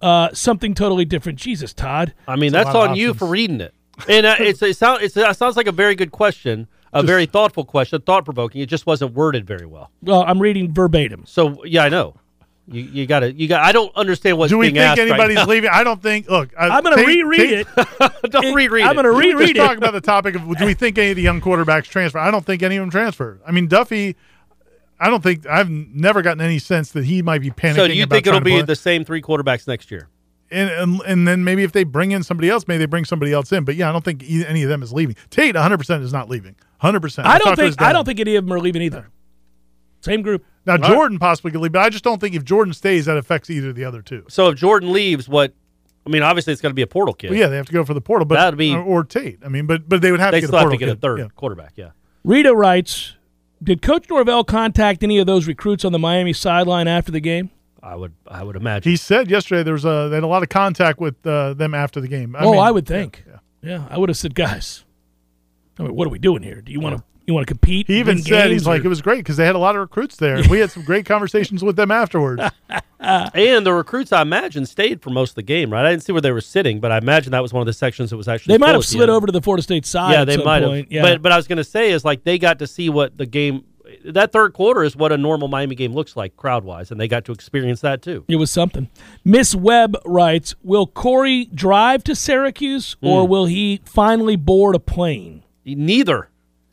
Uh, something totally different. Jesus, Todd. I mean, That's a that's lot of on you options. for reading it. And uh, it's it sounds it's, it sounds like a very good question, a very thoughtful question, thought provoking. It just wasn't worded very well. Well, I'm reading verbatim. So yeah, I know. You you got to you got. I don't understand what's Do we being asked think anybody's right now. leaving? I don't think. Look, I, I'm going to take- reread take- it. (laughs) don't reread I'm it. going to We just reread talking it. about the topic of (laughs) do we think any of the young quarterbacks transfer? I don't think any of them transfer. I mean Duffy. I don't think I've never gotten any sense that he might be panicking. So do you about think it'll trying to be play. the same three quarterbacks next year? and, and and then maybe if they bring in somebody else, maybe they bring somebody else in. But yeah, I don't think e- any of them is leaving. Tate 100 percent is not leaving. 100. percent I don't think I don't think any of them are leaving either. Same group. now Jordan possibly could leave, but I just don't think if Jordan stays, that affects either of the other two. So if Jordan leaves, what? I mean, obviously it's going to be a portal kid. But yeah, they have to go for the portal, but That'd be- or, or Tate. I mean, but but they would have they to get still a have to portal get a kid. third Yeah. quarterback. Yeah. Rita writes, Did Coach Norvell contact any of those recruits on the Miami sideline after the game? I would I would imagine. He said yesterday there was a they had a lot of contact with uh, them after the game. I oh, mean, I would think. Yeah, I would have said, guys, I mean, what are we doing here? Do you want to you want to compete? He even win said games, he's like or- it was great because they had a lot of recruits (laughs) there. We had some great conversations with them afterwards. and the recruits, I imagine, stayed for most of the game, right? I didn't see where they were sitting, but I imagine that was one of the sections that was actually. they might full have at the slid end. over to the Florida State side. Yeah, at they some might have. point. Yeah. But but I was going to say is like they got to see what the game that third quarter is what a normal Miami game looks like crowd wise, and they got to experience that too. It was something. Miss Webb writes Will Corey drive to Syracuse or will he finally board a plane? Neither.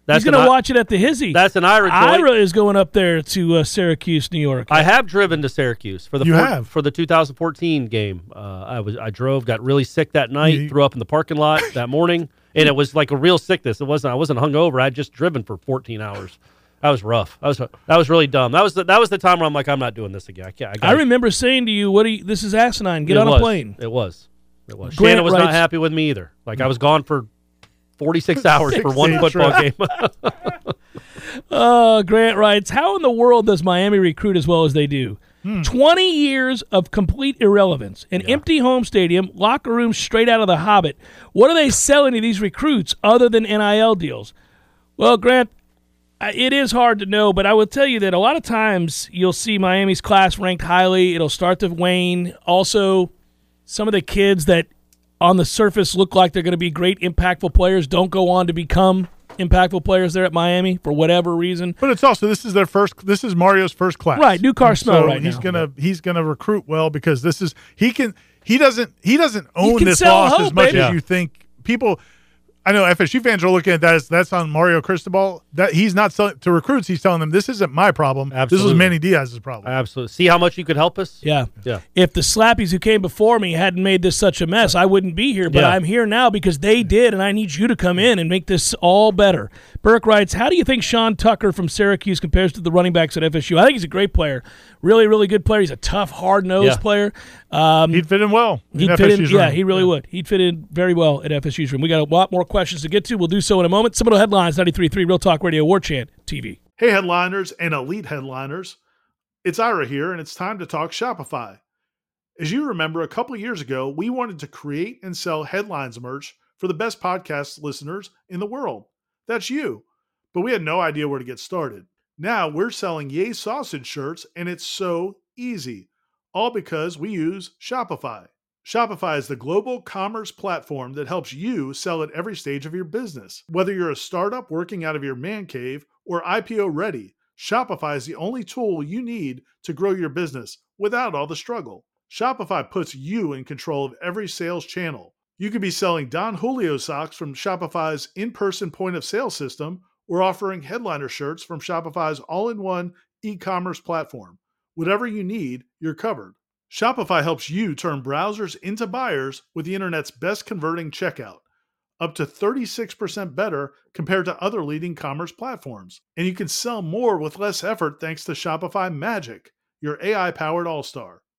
That's He's going an- to watch it at the Hizzy. That's an Ira joint. Ira is going up there to uh, Syracuse, New York. I have driven to Syracuse for the You four- have? for the 2014 game. Uh, I was I drove, got really sick that night, You- threw up in the parking lot that morning, and it was like a real sickness. It wasn't I wasn't hungover. I would just driven for 14 hours. That was rough. That was that was really dumb. That was the, that was the time where I'm like I'm not doing this again. I can't. I, I gotta- remember saying to you, "What? Are you, this is asinine. Get it on was. a plane." It was. It was. Grant Shannon was not writes- Mm. happy with me either. Like I was gone for (laughs) 46 hours for one Sixteen football game. (laughs) Uh, Grant writes, "How in the world does Miami recruit as well as they do? Twenty years of complete irrelevance, an empty home stadium, locker room straight out of the Hobbit. What are they selling to these recruits other than NIL deals?" Well, Grant, I- it is hard to know, but I will tell you that a lot of times you'll see Miami's class ranked highly. It'll start to wane. Also, some of the kids that on the surface look like they're going to be great, impactful players don't go on to become impactful players there at Miami for whatever reason. But it's also this is their first. This is Mario's first class, Right, new car smell So right he's now. gonna he's gonna recruit well because this is he can he doesn't he doesn't own can this sell loss hope, as much baby. as you think people. I know FSU fans are looking at that as that's on Mario Cristobal. That he's not selling to recruits. He's telling them this isn't my problem. This Absolutely. is Manny Diaz's problem. Absolutely. See how much you could help us. Yeah. Yeah. If the slappies who came before me hadn't made this such a mess, I wouldn't be here. But Yeah. I'm here now because they did, and I need you to come in and make this all better. Burke writes, How do you think Sean Tucker from Syracuse compares to the running backs at FSU? I think he's a great player. Really, really good player. He's a tough, hard nosed Yeah. player. Um, He'd fit in well. in He'd fit in, FSU's yeah, room. he really would. He'd fit in very well at FSU's room. We got a lot more questions to get to. We'll do so in a moment. Seminole Headlines, 93.3 Real Talk Radio, War Chant TV. Hey, headliners and elite headliners. It's Ira here, and it's time to talk Shopify. As you remember, a couple years ago, we wanted to create and sell headlines merch for the best podcast listeners in the world. That's you. But we had no idea where to get started. Now we're selling Yay Sausage shirts, and it's so easy, all because we use Shopify. Shopify is the global commerce platform that helps you sell at every stage of your business. Whether you're a startup working out of your man cave or IPO ready, Shopify is the only tool you need to grow your business without all the struggle. Shopify puts you in control of every sales channel. You could be selling Don Julio socks from Shopify's in person point of sale system or offering headliner shirts from Shopify's all in one e commerce platform. Whatever you need, you're covered. Shopify helps you turn browsers into buyers with the internet's best converting checkout, up to 36% better compared to other leading commerce platforms. And you can sell more with less effort thanks to Shopify Magic, your AI powered all star.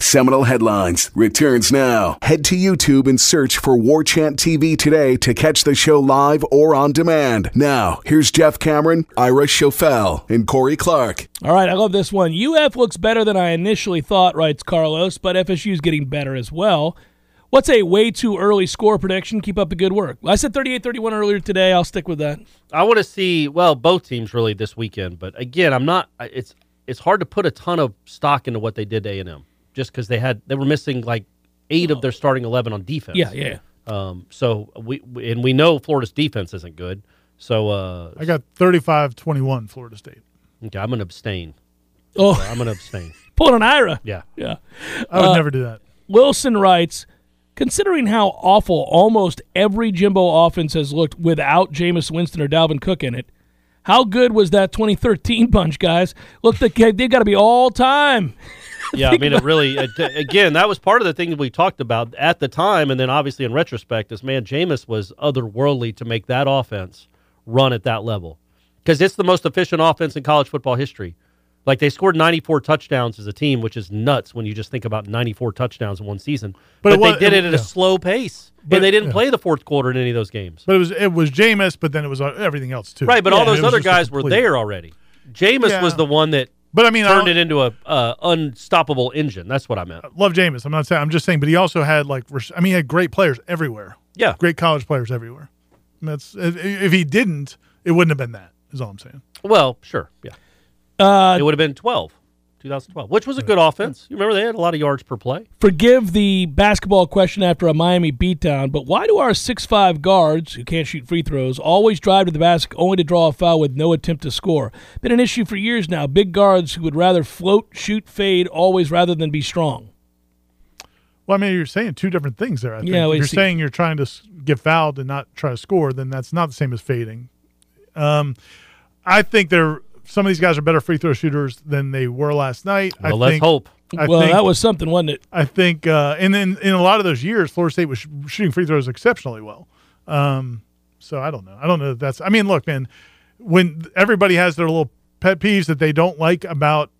Seminole Headlines returns now. Head to YouTube and search for War Chant TV today to catch the show live or on demand. Now, here's Jeff Cameron, Ira Schofel, and Corey Clark. All right, I love this one. UF looks better than I initially thought, writes Carlos, but FSU's getting better as well. What's a way too early score prediction? Keep up the good work. I said 38 31 earlier today. I'll stick with that. I want to see well both teams really this weekend, but again, I'm not. I- It's it's hard to put a ton of stock into what they did to A and M just because they had they were missing like eight of their starting eleven on defense. Yeah, yeah. Um. So we we- and we know Florida's defense isn't good. So uh, I got 35-21 Florida State. okay, I'm gonna abstain. Oh, I'm gonna abstain. pulling an Ira. Yeah. Yeah. I Uh, would never do that. Wilson writes, considering how awful almost every Jimbo offense has looked without Jameis Winston or Dalvin Cook in it, How good was that 2013 (laughs) bunch, guys? Look, they they got to be all time. Yeah, I mean, it really, it- again, that was part of the thing that we talked about at the time. And then obviously in retrospect, this man, Jameis, was otherworldly to make that offense run at that level because it's the most efficient offense in college football history. Like they scored 94 touchdowns as a team, which is nuts when you just think about 94 touchdowns in one season. But But, it wa- they did it- it at yeah. a slow pace. But- and they didn't yeah. play the fourth quarter in any of those games. But it was it was Jameis, but then it was uh, everything else too. right, but all Yeah, it those was other just a guys were complete- there already. Jameis Yeah. was the one that But I mean, I turned don't- it into a uh, unstoppable engine. That's what I meant. love Jameis. I'm not saying. I'm just saying. But he also had like, res- I mean, he had great players everywhere. Yeah. great college players everywhere. And that's if, if he didn't, it wouldn't have been that. Is all I'm saying. Well, sure, yeah. Uh, it would have been 12, 2012, which was a good offense. You remember they had a lot of yards per play. Forgive the basketball question after a Miami beatdown, but why do our six-five guards, who can't shoot free throws, always drive to the basket only to draw a foul with no attempt to score? Been an issue for years now. Big guards who would rather float, shoot, fade always rather than be strong. Well, I mean, you're saying two different things there. I think. Yeah, If we you're see- saying you're trying to s- get fouled and not try to score, then that's not the same as fading. Um, I think they're some of these guys are better free throw shooters than they were last night. I Well, let's think, hope. I well, think, that was something, wasn't it? I think, uh, and then in a lot of those years, Florida State was sh- shooting free throws exceptionally well. Um, so I don't know. I don't know. That that's. I mean, look, man. When everybody has their little pet peeves that they don't like about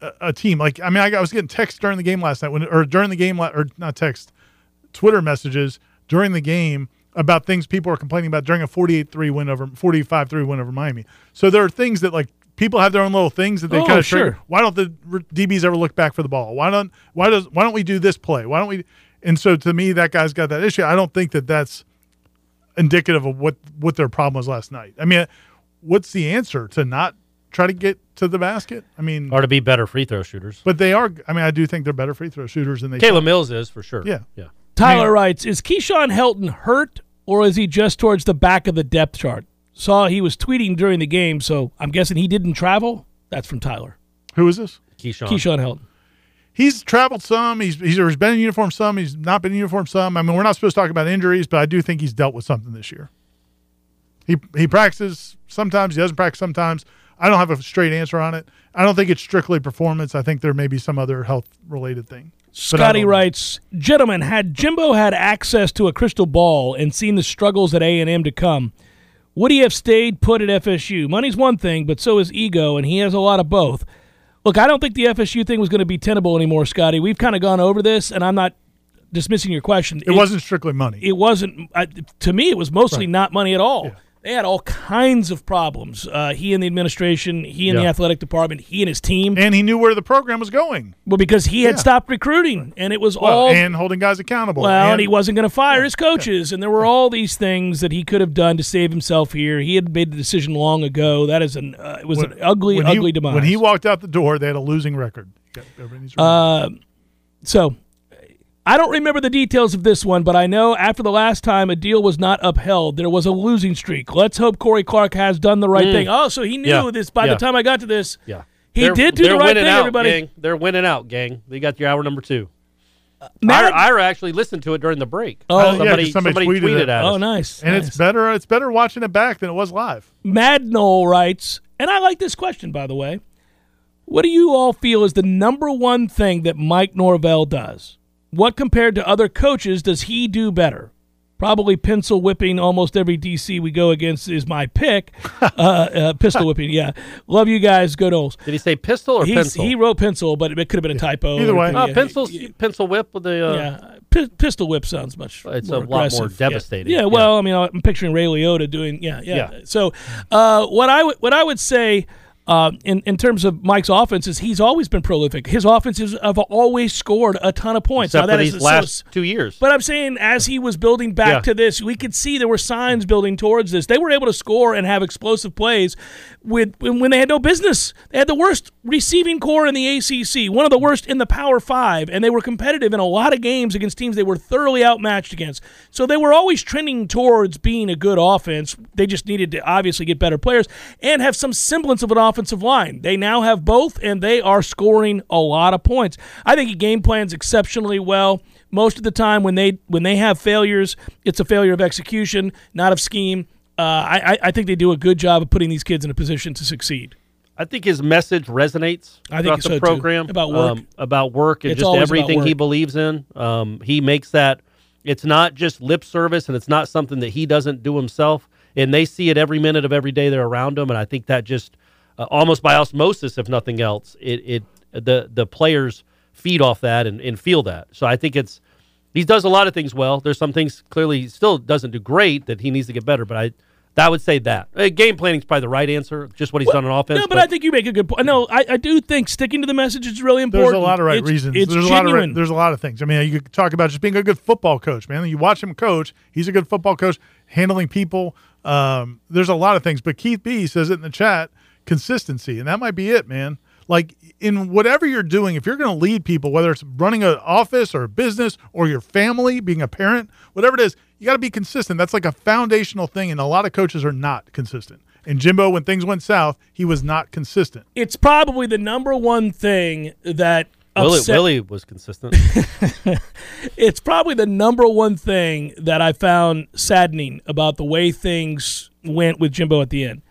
a, a team, like I mean, I, got- I was getting texts during the game last night, when or during the game, la- or not text, Twitter messages during the game about things people are complaining about during a 48-3 win over 45-3 win over Miami. So there are things that like people have their own little things that they Oh, kind of sure. trigger. Why don't the r- DBs ever look back for the ball? Why don't why does why don't we do this play? Why don't we? And so to me, that guy's got that issue. I don't think that that's indicative of what what their problem was last night. I mean, what's the answer to not try to get to the basket? I mean, Or to be better free throw shooters. but they are. I mean, I do think they're better free throw shooters than they. Caleb Mills is for sure. Yeah. Yeah. Tyler writes, is Keyshawn Helton hurt or is he just towards the back of the depth chart? Saw he was tweeting during the game, so I'm guessing he didn't travel. That's from Tyler. Who is this? Keyshawn. Keyshawn Helton. He's traveled some. He's he's or he's been in uniform some. He's not been in uniform some. I mean, we're not supposed to talk about injuries, but I do think he's dealt with something this year. He he practices sometimes. He doesn't practice sometimes. I don't have a straight answer on it. I don't think it's strictly performance. I think there may be some other health related thing. But I Scotty don't- writes, gentlemen, had Jimbo had access to a crystal ball and seen the struggles at A&M to come, would he have stayed put at FSU? Money's one thing, but so is ego, and he has a lot of both. Look, I don't think the FSU thing was going to be tenable anymore, Scotty. We've kind of gone over this, and I'm not dismissing your question. It wasn't strictly money. it wasn't I, to me it was mostly not money at all they had all kinds of problems uh, he and the administration he and the Yeah. athletic department he and his team and he knew where the program was going. well because he had Yeah. stopped recruiting and it was Well, all and holding guys accountable. well and, he wasn't going to fire his coaches and there were all these things that he could have done to save himself here he had made the decision long ago that is an uh, it was an ugly when ugly he, demise When he walked out the door, they had a losing record. Everybody needs to remember. So I don't remember the details of this one, but I know after the last time a deal was not upheld, there was a losing streak. Let's hope Corey Clark has done the right thing. Oh, so he knew Mm. Yeah. this by Yeah. the time I got to this. Yeah. He They're- did do they're the right winning thing, out, everybody. Gang. They're winning out, gang. They got your hour number two. Mad- Ira, Ira actually listened to it during the break. Uh, Oh. Yeah, 'cause somebody, somebody tweeted tweeted, it. at us. oh, nice. and nice. it's better. It's better watching it back than it was live. Madnol writes, and I like this question, by the way. What do you all feel is the number one thing that Mike Norvell does? What compared to other coaches does he do better? Probably pencil whipping almost every DC we go against is (laughs) my pick. uh, uh, pistol whipping, yeah. Love you guys. Go Knowles. Did he say pistol or He's, pencil? he wrote pencil, but it could have been a typo. Either way. It could Uh, be a- pencil, pencil whip with the. Uh, yeah, P- pistol whip sounds much. It's more a lot more aggressive. Yeah. devastating. Yeah. Yeah. Well, I mean, I'm picturing Ray Liotta doing. Yeah, yeah. Yeah. So, uh, what I would what I would say. Uh, in, in terms of Mike's offense, is he's always been prolific. His offenses have always scored a ton of points. Except for that is- these so- last two years. but I'm saying as he was building back Yeah. to this, we could see there were signs building towards this. They were able to score and have explosive plays with when when they had no business. They had the worst receiving core in the ACC, one of the worst in the Power 5, and they were competitive in a lot of games against teams they were thoroughly outmatched against. So they were always trending towards being a good offense. They just needed to obviously get better players and have some semblance of an offensive line. They now have both and they are scoring a lot of points. I think he game plans exceptionally well most of the time when they when they have failures, it's a failure of execution, not of scheme Uh, I, I- I think they do a good job of putting these kids in a position to succeed. I think his message resonates I think throughout so, the too. program About work. um, about work, and It's just always about everything he work. believes in. Um, he makes that. It's not just lip service, and it's not something that he doesn't do himself. And they see it every minute of every day they're around him. And I think that just uh, almost by osmosis, if nothing else, it it the the players feed off that and, and feel that. So I think it's he does a lot of things well. There's some things clearly he still doesn't do great that he needs to get better. But I. I would say that Uh, game planning is probably the right answer. Just what he's done on offense. No, but I think you make a good point. No, I, I do think sticking to the message is really important. There's a lot of right It's- reasons. It's there's genuine. a lot of right, there's a lot of things. I mean, you could talk about just being a good football coach, man. You watch him coach; he's a good football coach, handling people. Um, there's a lot of things, but Keith B says it in the chat: consistency, and that might be it, man. Like in whatever you're doing, if you're going to lead people, whether it's running an office or a business or your family, being a parent, whatever it is, you got to be consistent. That's like a foundational thing, and a lot of coaches are not consistent. And Jimbo, when things went south, he was not consistent. it's probably the number one thing that Willie, upset. Willie was consistent. It's probably the number one thing that I found saddening about the way things went with Jimbo at the end,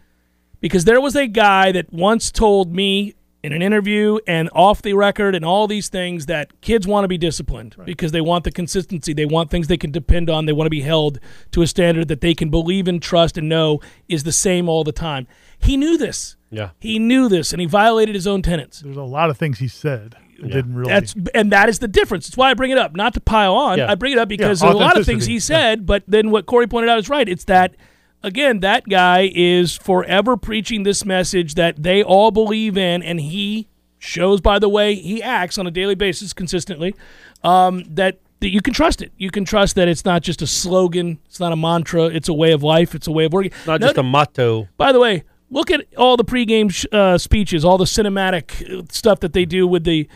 because there was a guy that once told me in an interview and off the record and all these things that kids want to be disciplined because they want the consistency, they want things they can depend on, they want to be held to a standard that they can believe and trust and know is the same all the time. He knew this. Yeah. (laughs) He knew this, and he violated his own tenets. There's a lot of things he said that didn't really. That's and that is the difference. It's why I bring it up, not to pile on. Yeah. I bring it up because Yeah, there's a lot of things authenticity. he said, but then what Corey pointed out is right. It's that again, that guy is forever preaching this message that they all believe in, and he shows by the way he acts on a daily basis consistently um, that. That you can trust it. You can trust that it's not just a slogan. It's not a mantra. It's a way of life. It's a way of working. Not No- just a motto. by the way, look at all the pregame sh- uh, speeches, all the cinematic uh, stuff that they do with the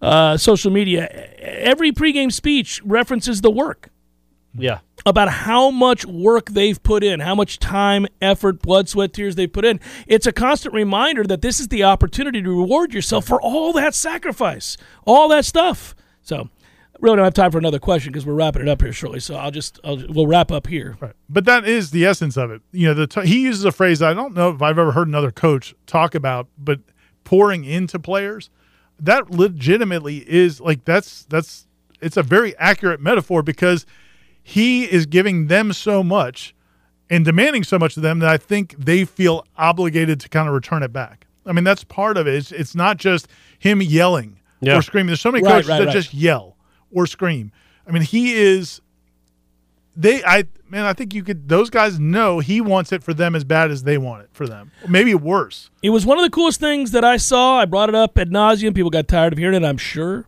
uh, social media. Every pregame speech references the work Yeah. about how much work they've put in, how much time, effort, blood, sweat, tears they've put in. It's a constant reminder that this is the opportunity to reward yourself for all that sacrifice, all that stuff. So, really don't have time for another question because we're wrapping it up here shortly. So I'll just I'll, we'll wrap up here. Right. But that is the essence of it. You know, the t- he uses a phrase I don't know if I've ever heard another coach talk about, but pouring into players, that legitimately is like that's that's it's a very accurate metaphor because he is giving them so much and demanding so much of them that I think they feel obligated to kind of return it back. I mean, that's part of it. It's, it's not just him yelling Yeah. or screaming. There's so many Right, coaches right, that right. just yell or scream. I mean, he is they I man, I think you could those guys know he wants it for them as bad as they want it for them. Maybe worse. It was one of the coolest things that I saw. I brought it up ad nauseum. People got tired of hearing it, I'm sure.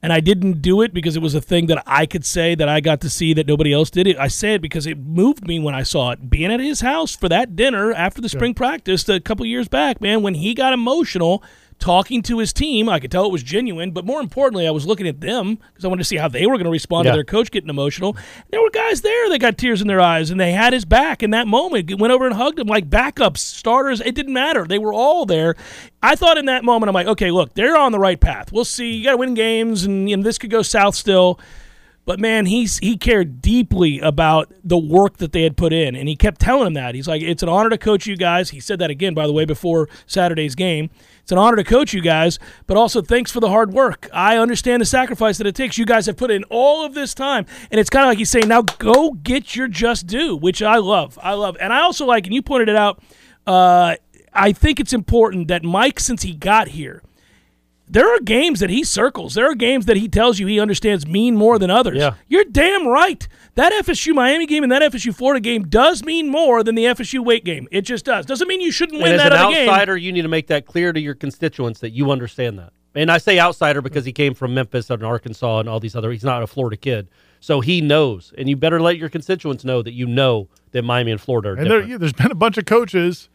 And I didn't do it because it was a thing that I could say that I got to see that nobody else did. It. I say it because it moved me when I saw it. Being at his house for that dinner after the spring practice a couple years back, man, when he got emotional talking to his team, I could tell it was genuine. But more importantly, I was looking at them because I wanted to see how they were going to respond Yeah. to their coach getting emotional. There were guys there that got tears in their eyes, and they had his back in that moment. Went over and hugged him like backups, starters. It didn't matter. They were all there. I thought in that moment, I'm like, okay, look, they're on the right path. We'll see. You got to win games, and you know, this could go south still. But man, he's he cared deeply about the work that they had put in, and he kept telling him that. He's like, "It's an honor to coach you guys." He said that again, by the way, before Saturday's game. It's an honor to coach you guys, but also thanks for the hard work. I understand the sacrifice that it takes. You guys have put in all of this time, and it's kind of like he's saying, "Now go get your just due," which I love. I love, and I also like, and you pointed it out. Uh, I think it's important that Mike, since he got here, there are games that he circles. There are games that he tells you he understands mean more than others. Yeah. You're damn right. That FSU Miami game and that FSU Florida game does mean more than the FSU weight game. It just does. Doesn't mean you shouldn't win and as that an other game. outsider, you need to make that clear to your constituents that you understand that. And I say outsider because he came from Memphis and Arkansas and all these other. He's not a Florida kid, so he knows. And you better let your constituents know that you know that Miami and Florida are And there, different. yeah, there's been a bunch of coaches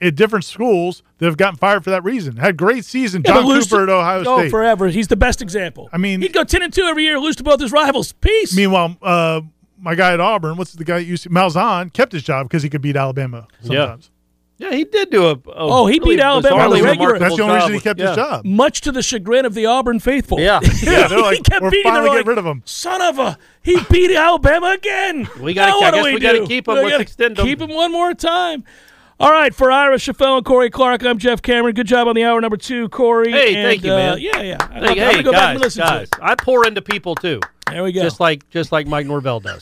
at different schools that have gotten fired for that reason. Had great season. Yeah, but John lose Cooper at to- Ohio oh, State. forever. He's the best example. I mean- he'd go ten and two every year, lose to both his rivals. Peace. Meanwhile, uh, my guy at Auburn, what's the guy at UC Malzahn kept his job because he could beat Alabama sometimes. Yeah, he did do a. a Oh, he beat Alabama bizarrely on the regular- remarkable That's the only job reason he with- kept yeah. his (laughs) job. much to the chagrin of the Auburn faithful. (laughs) Yeah. Yeah, they're he like, kept we're beating them, finally like, getting rid of him. Son of a, he beat Alabama again. (laughs) We gotta- Now I what do guess we gotta do? keep him. We Let's gotta extend him. Keep him one more time. All right, for Ira Chaffel and Corey Clark, I'm Jeff Cameron. Good job on the hour number two, Corey. Hey, and, thank you, uh, man. yeah, yeah. I'm, Hey, I'm hey, gonna go guys, back and listen guys, to I pour into people too, it. There we go. just like just like Mike (laughs) Norvell does.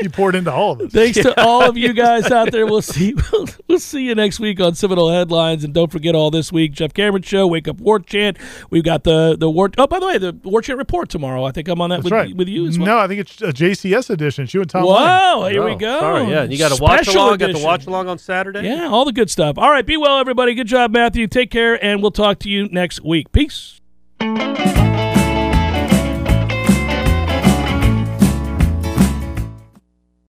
He poured into all of us. Thanks (laughs) to all of you guys out there. We'll see. (laughs) We'll, we'll see you next week on Seminole Headlines, and don't forget all this week Jeff Cameron Show, Wake Up War Chant. We've got the the War. Oh, by the way, the War Chant report tomorrow. I think I'm on that That's with, right. with you as well. No, I think it's a JCS edition. It's you and Tom. Lane. Wow, here we Oh, go. Sorry, yeah, you got to watch Special along. Got edition. to watch along on Saturday. Yeah, all the good stuff. All right, be well, everybody. Good job, Matthew. Take care, and we'll talk to you next week. Peace.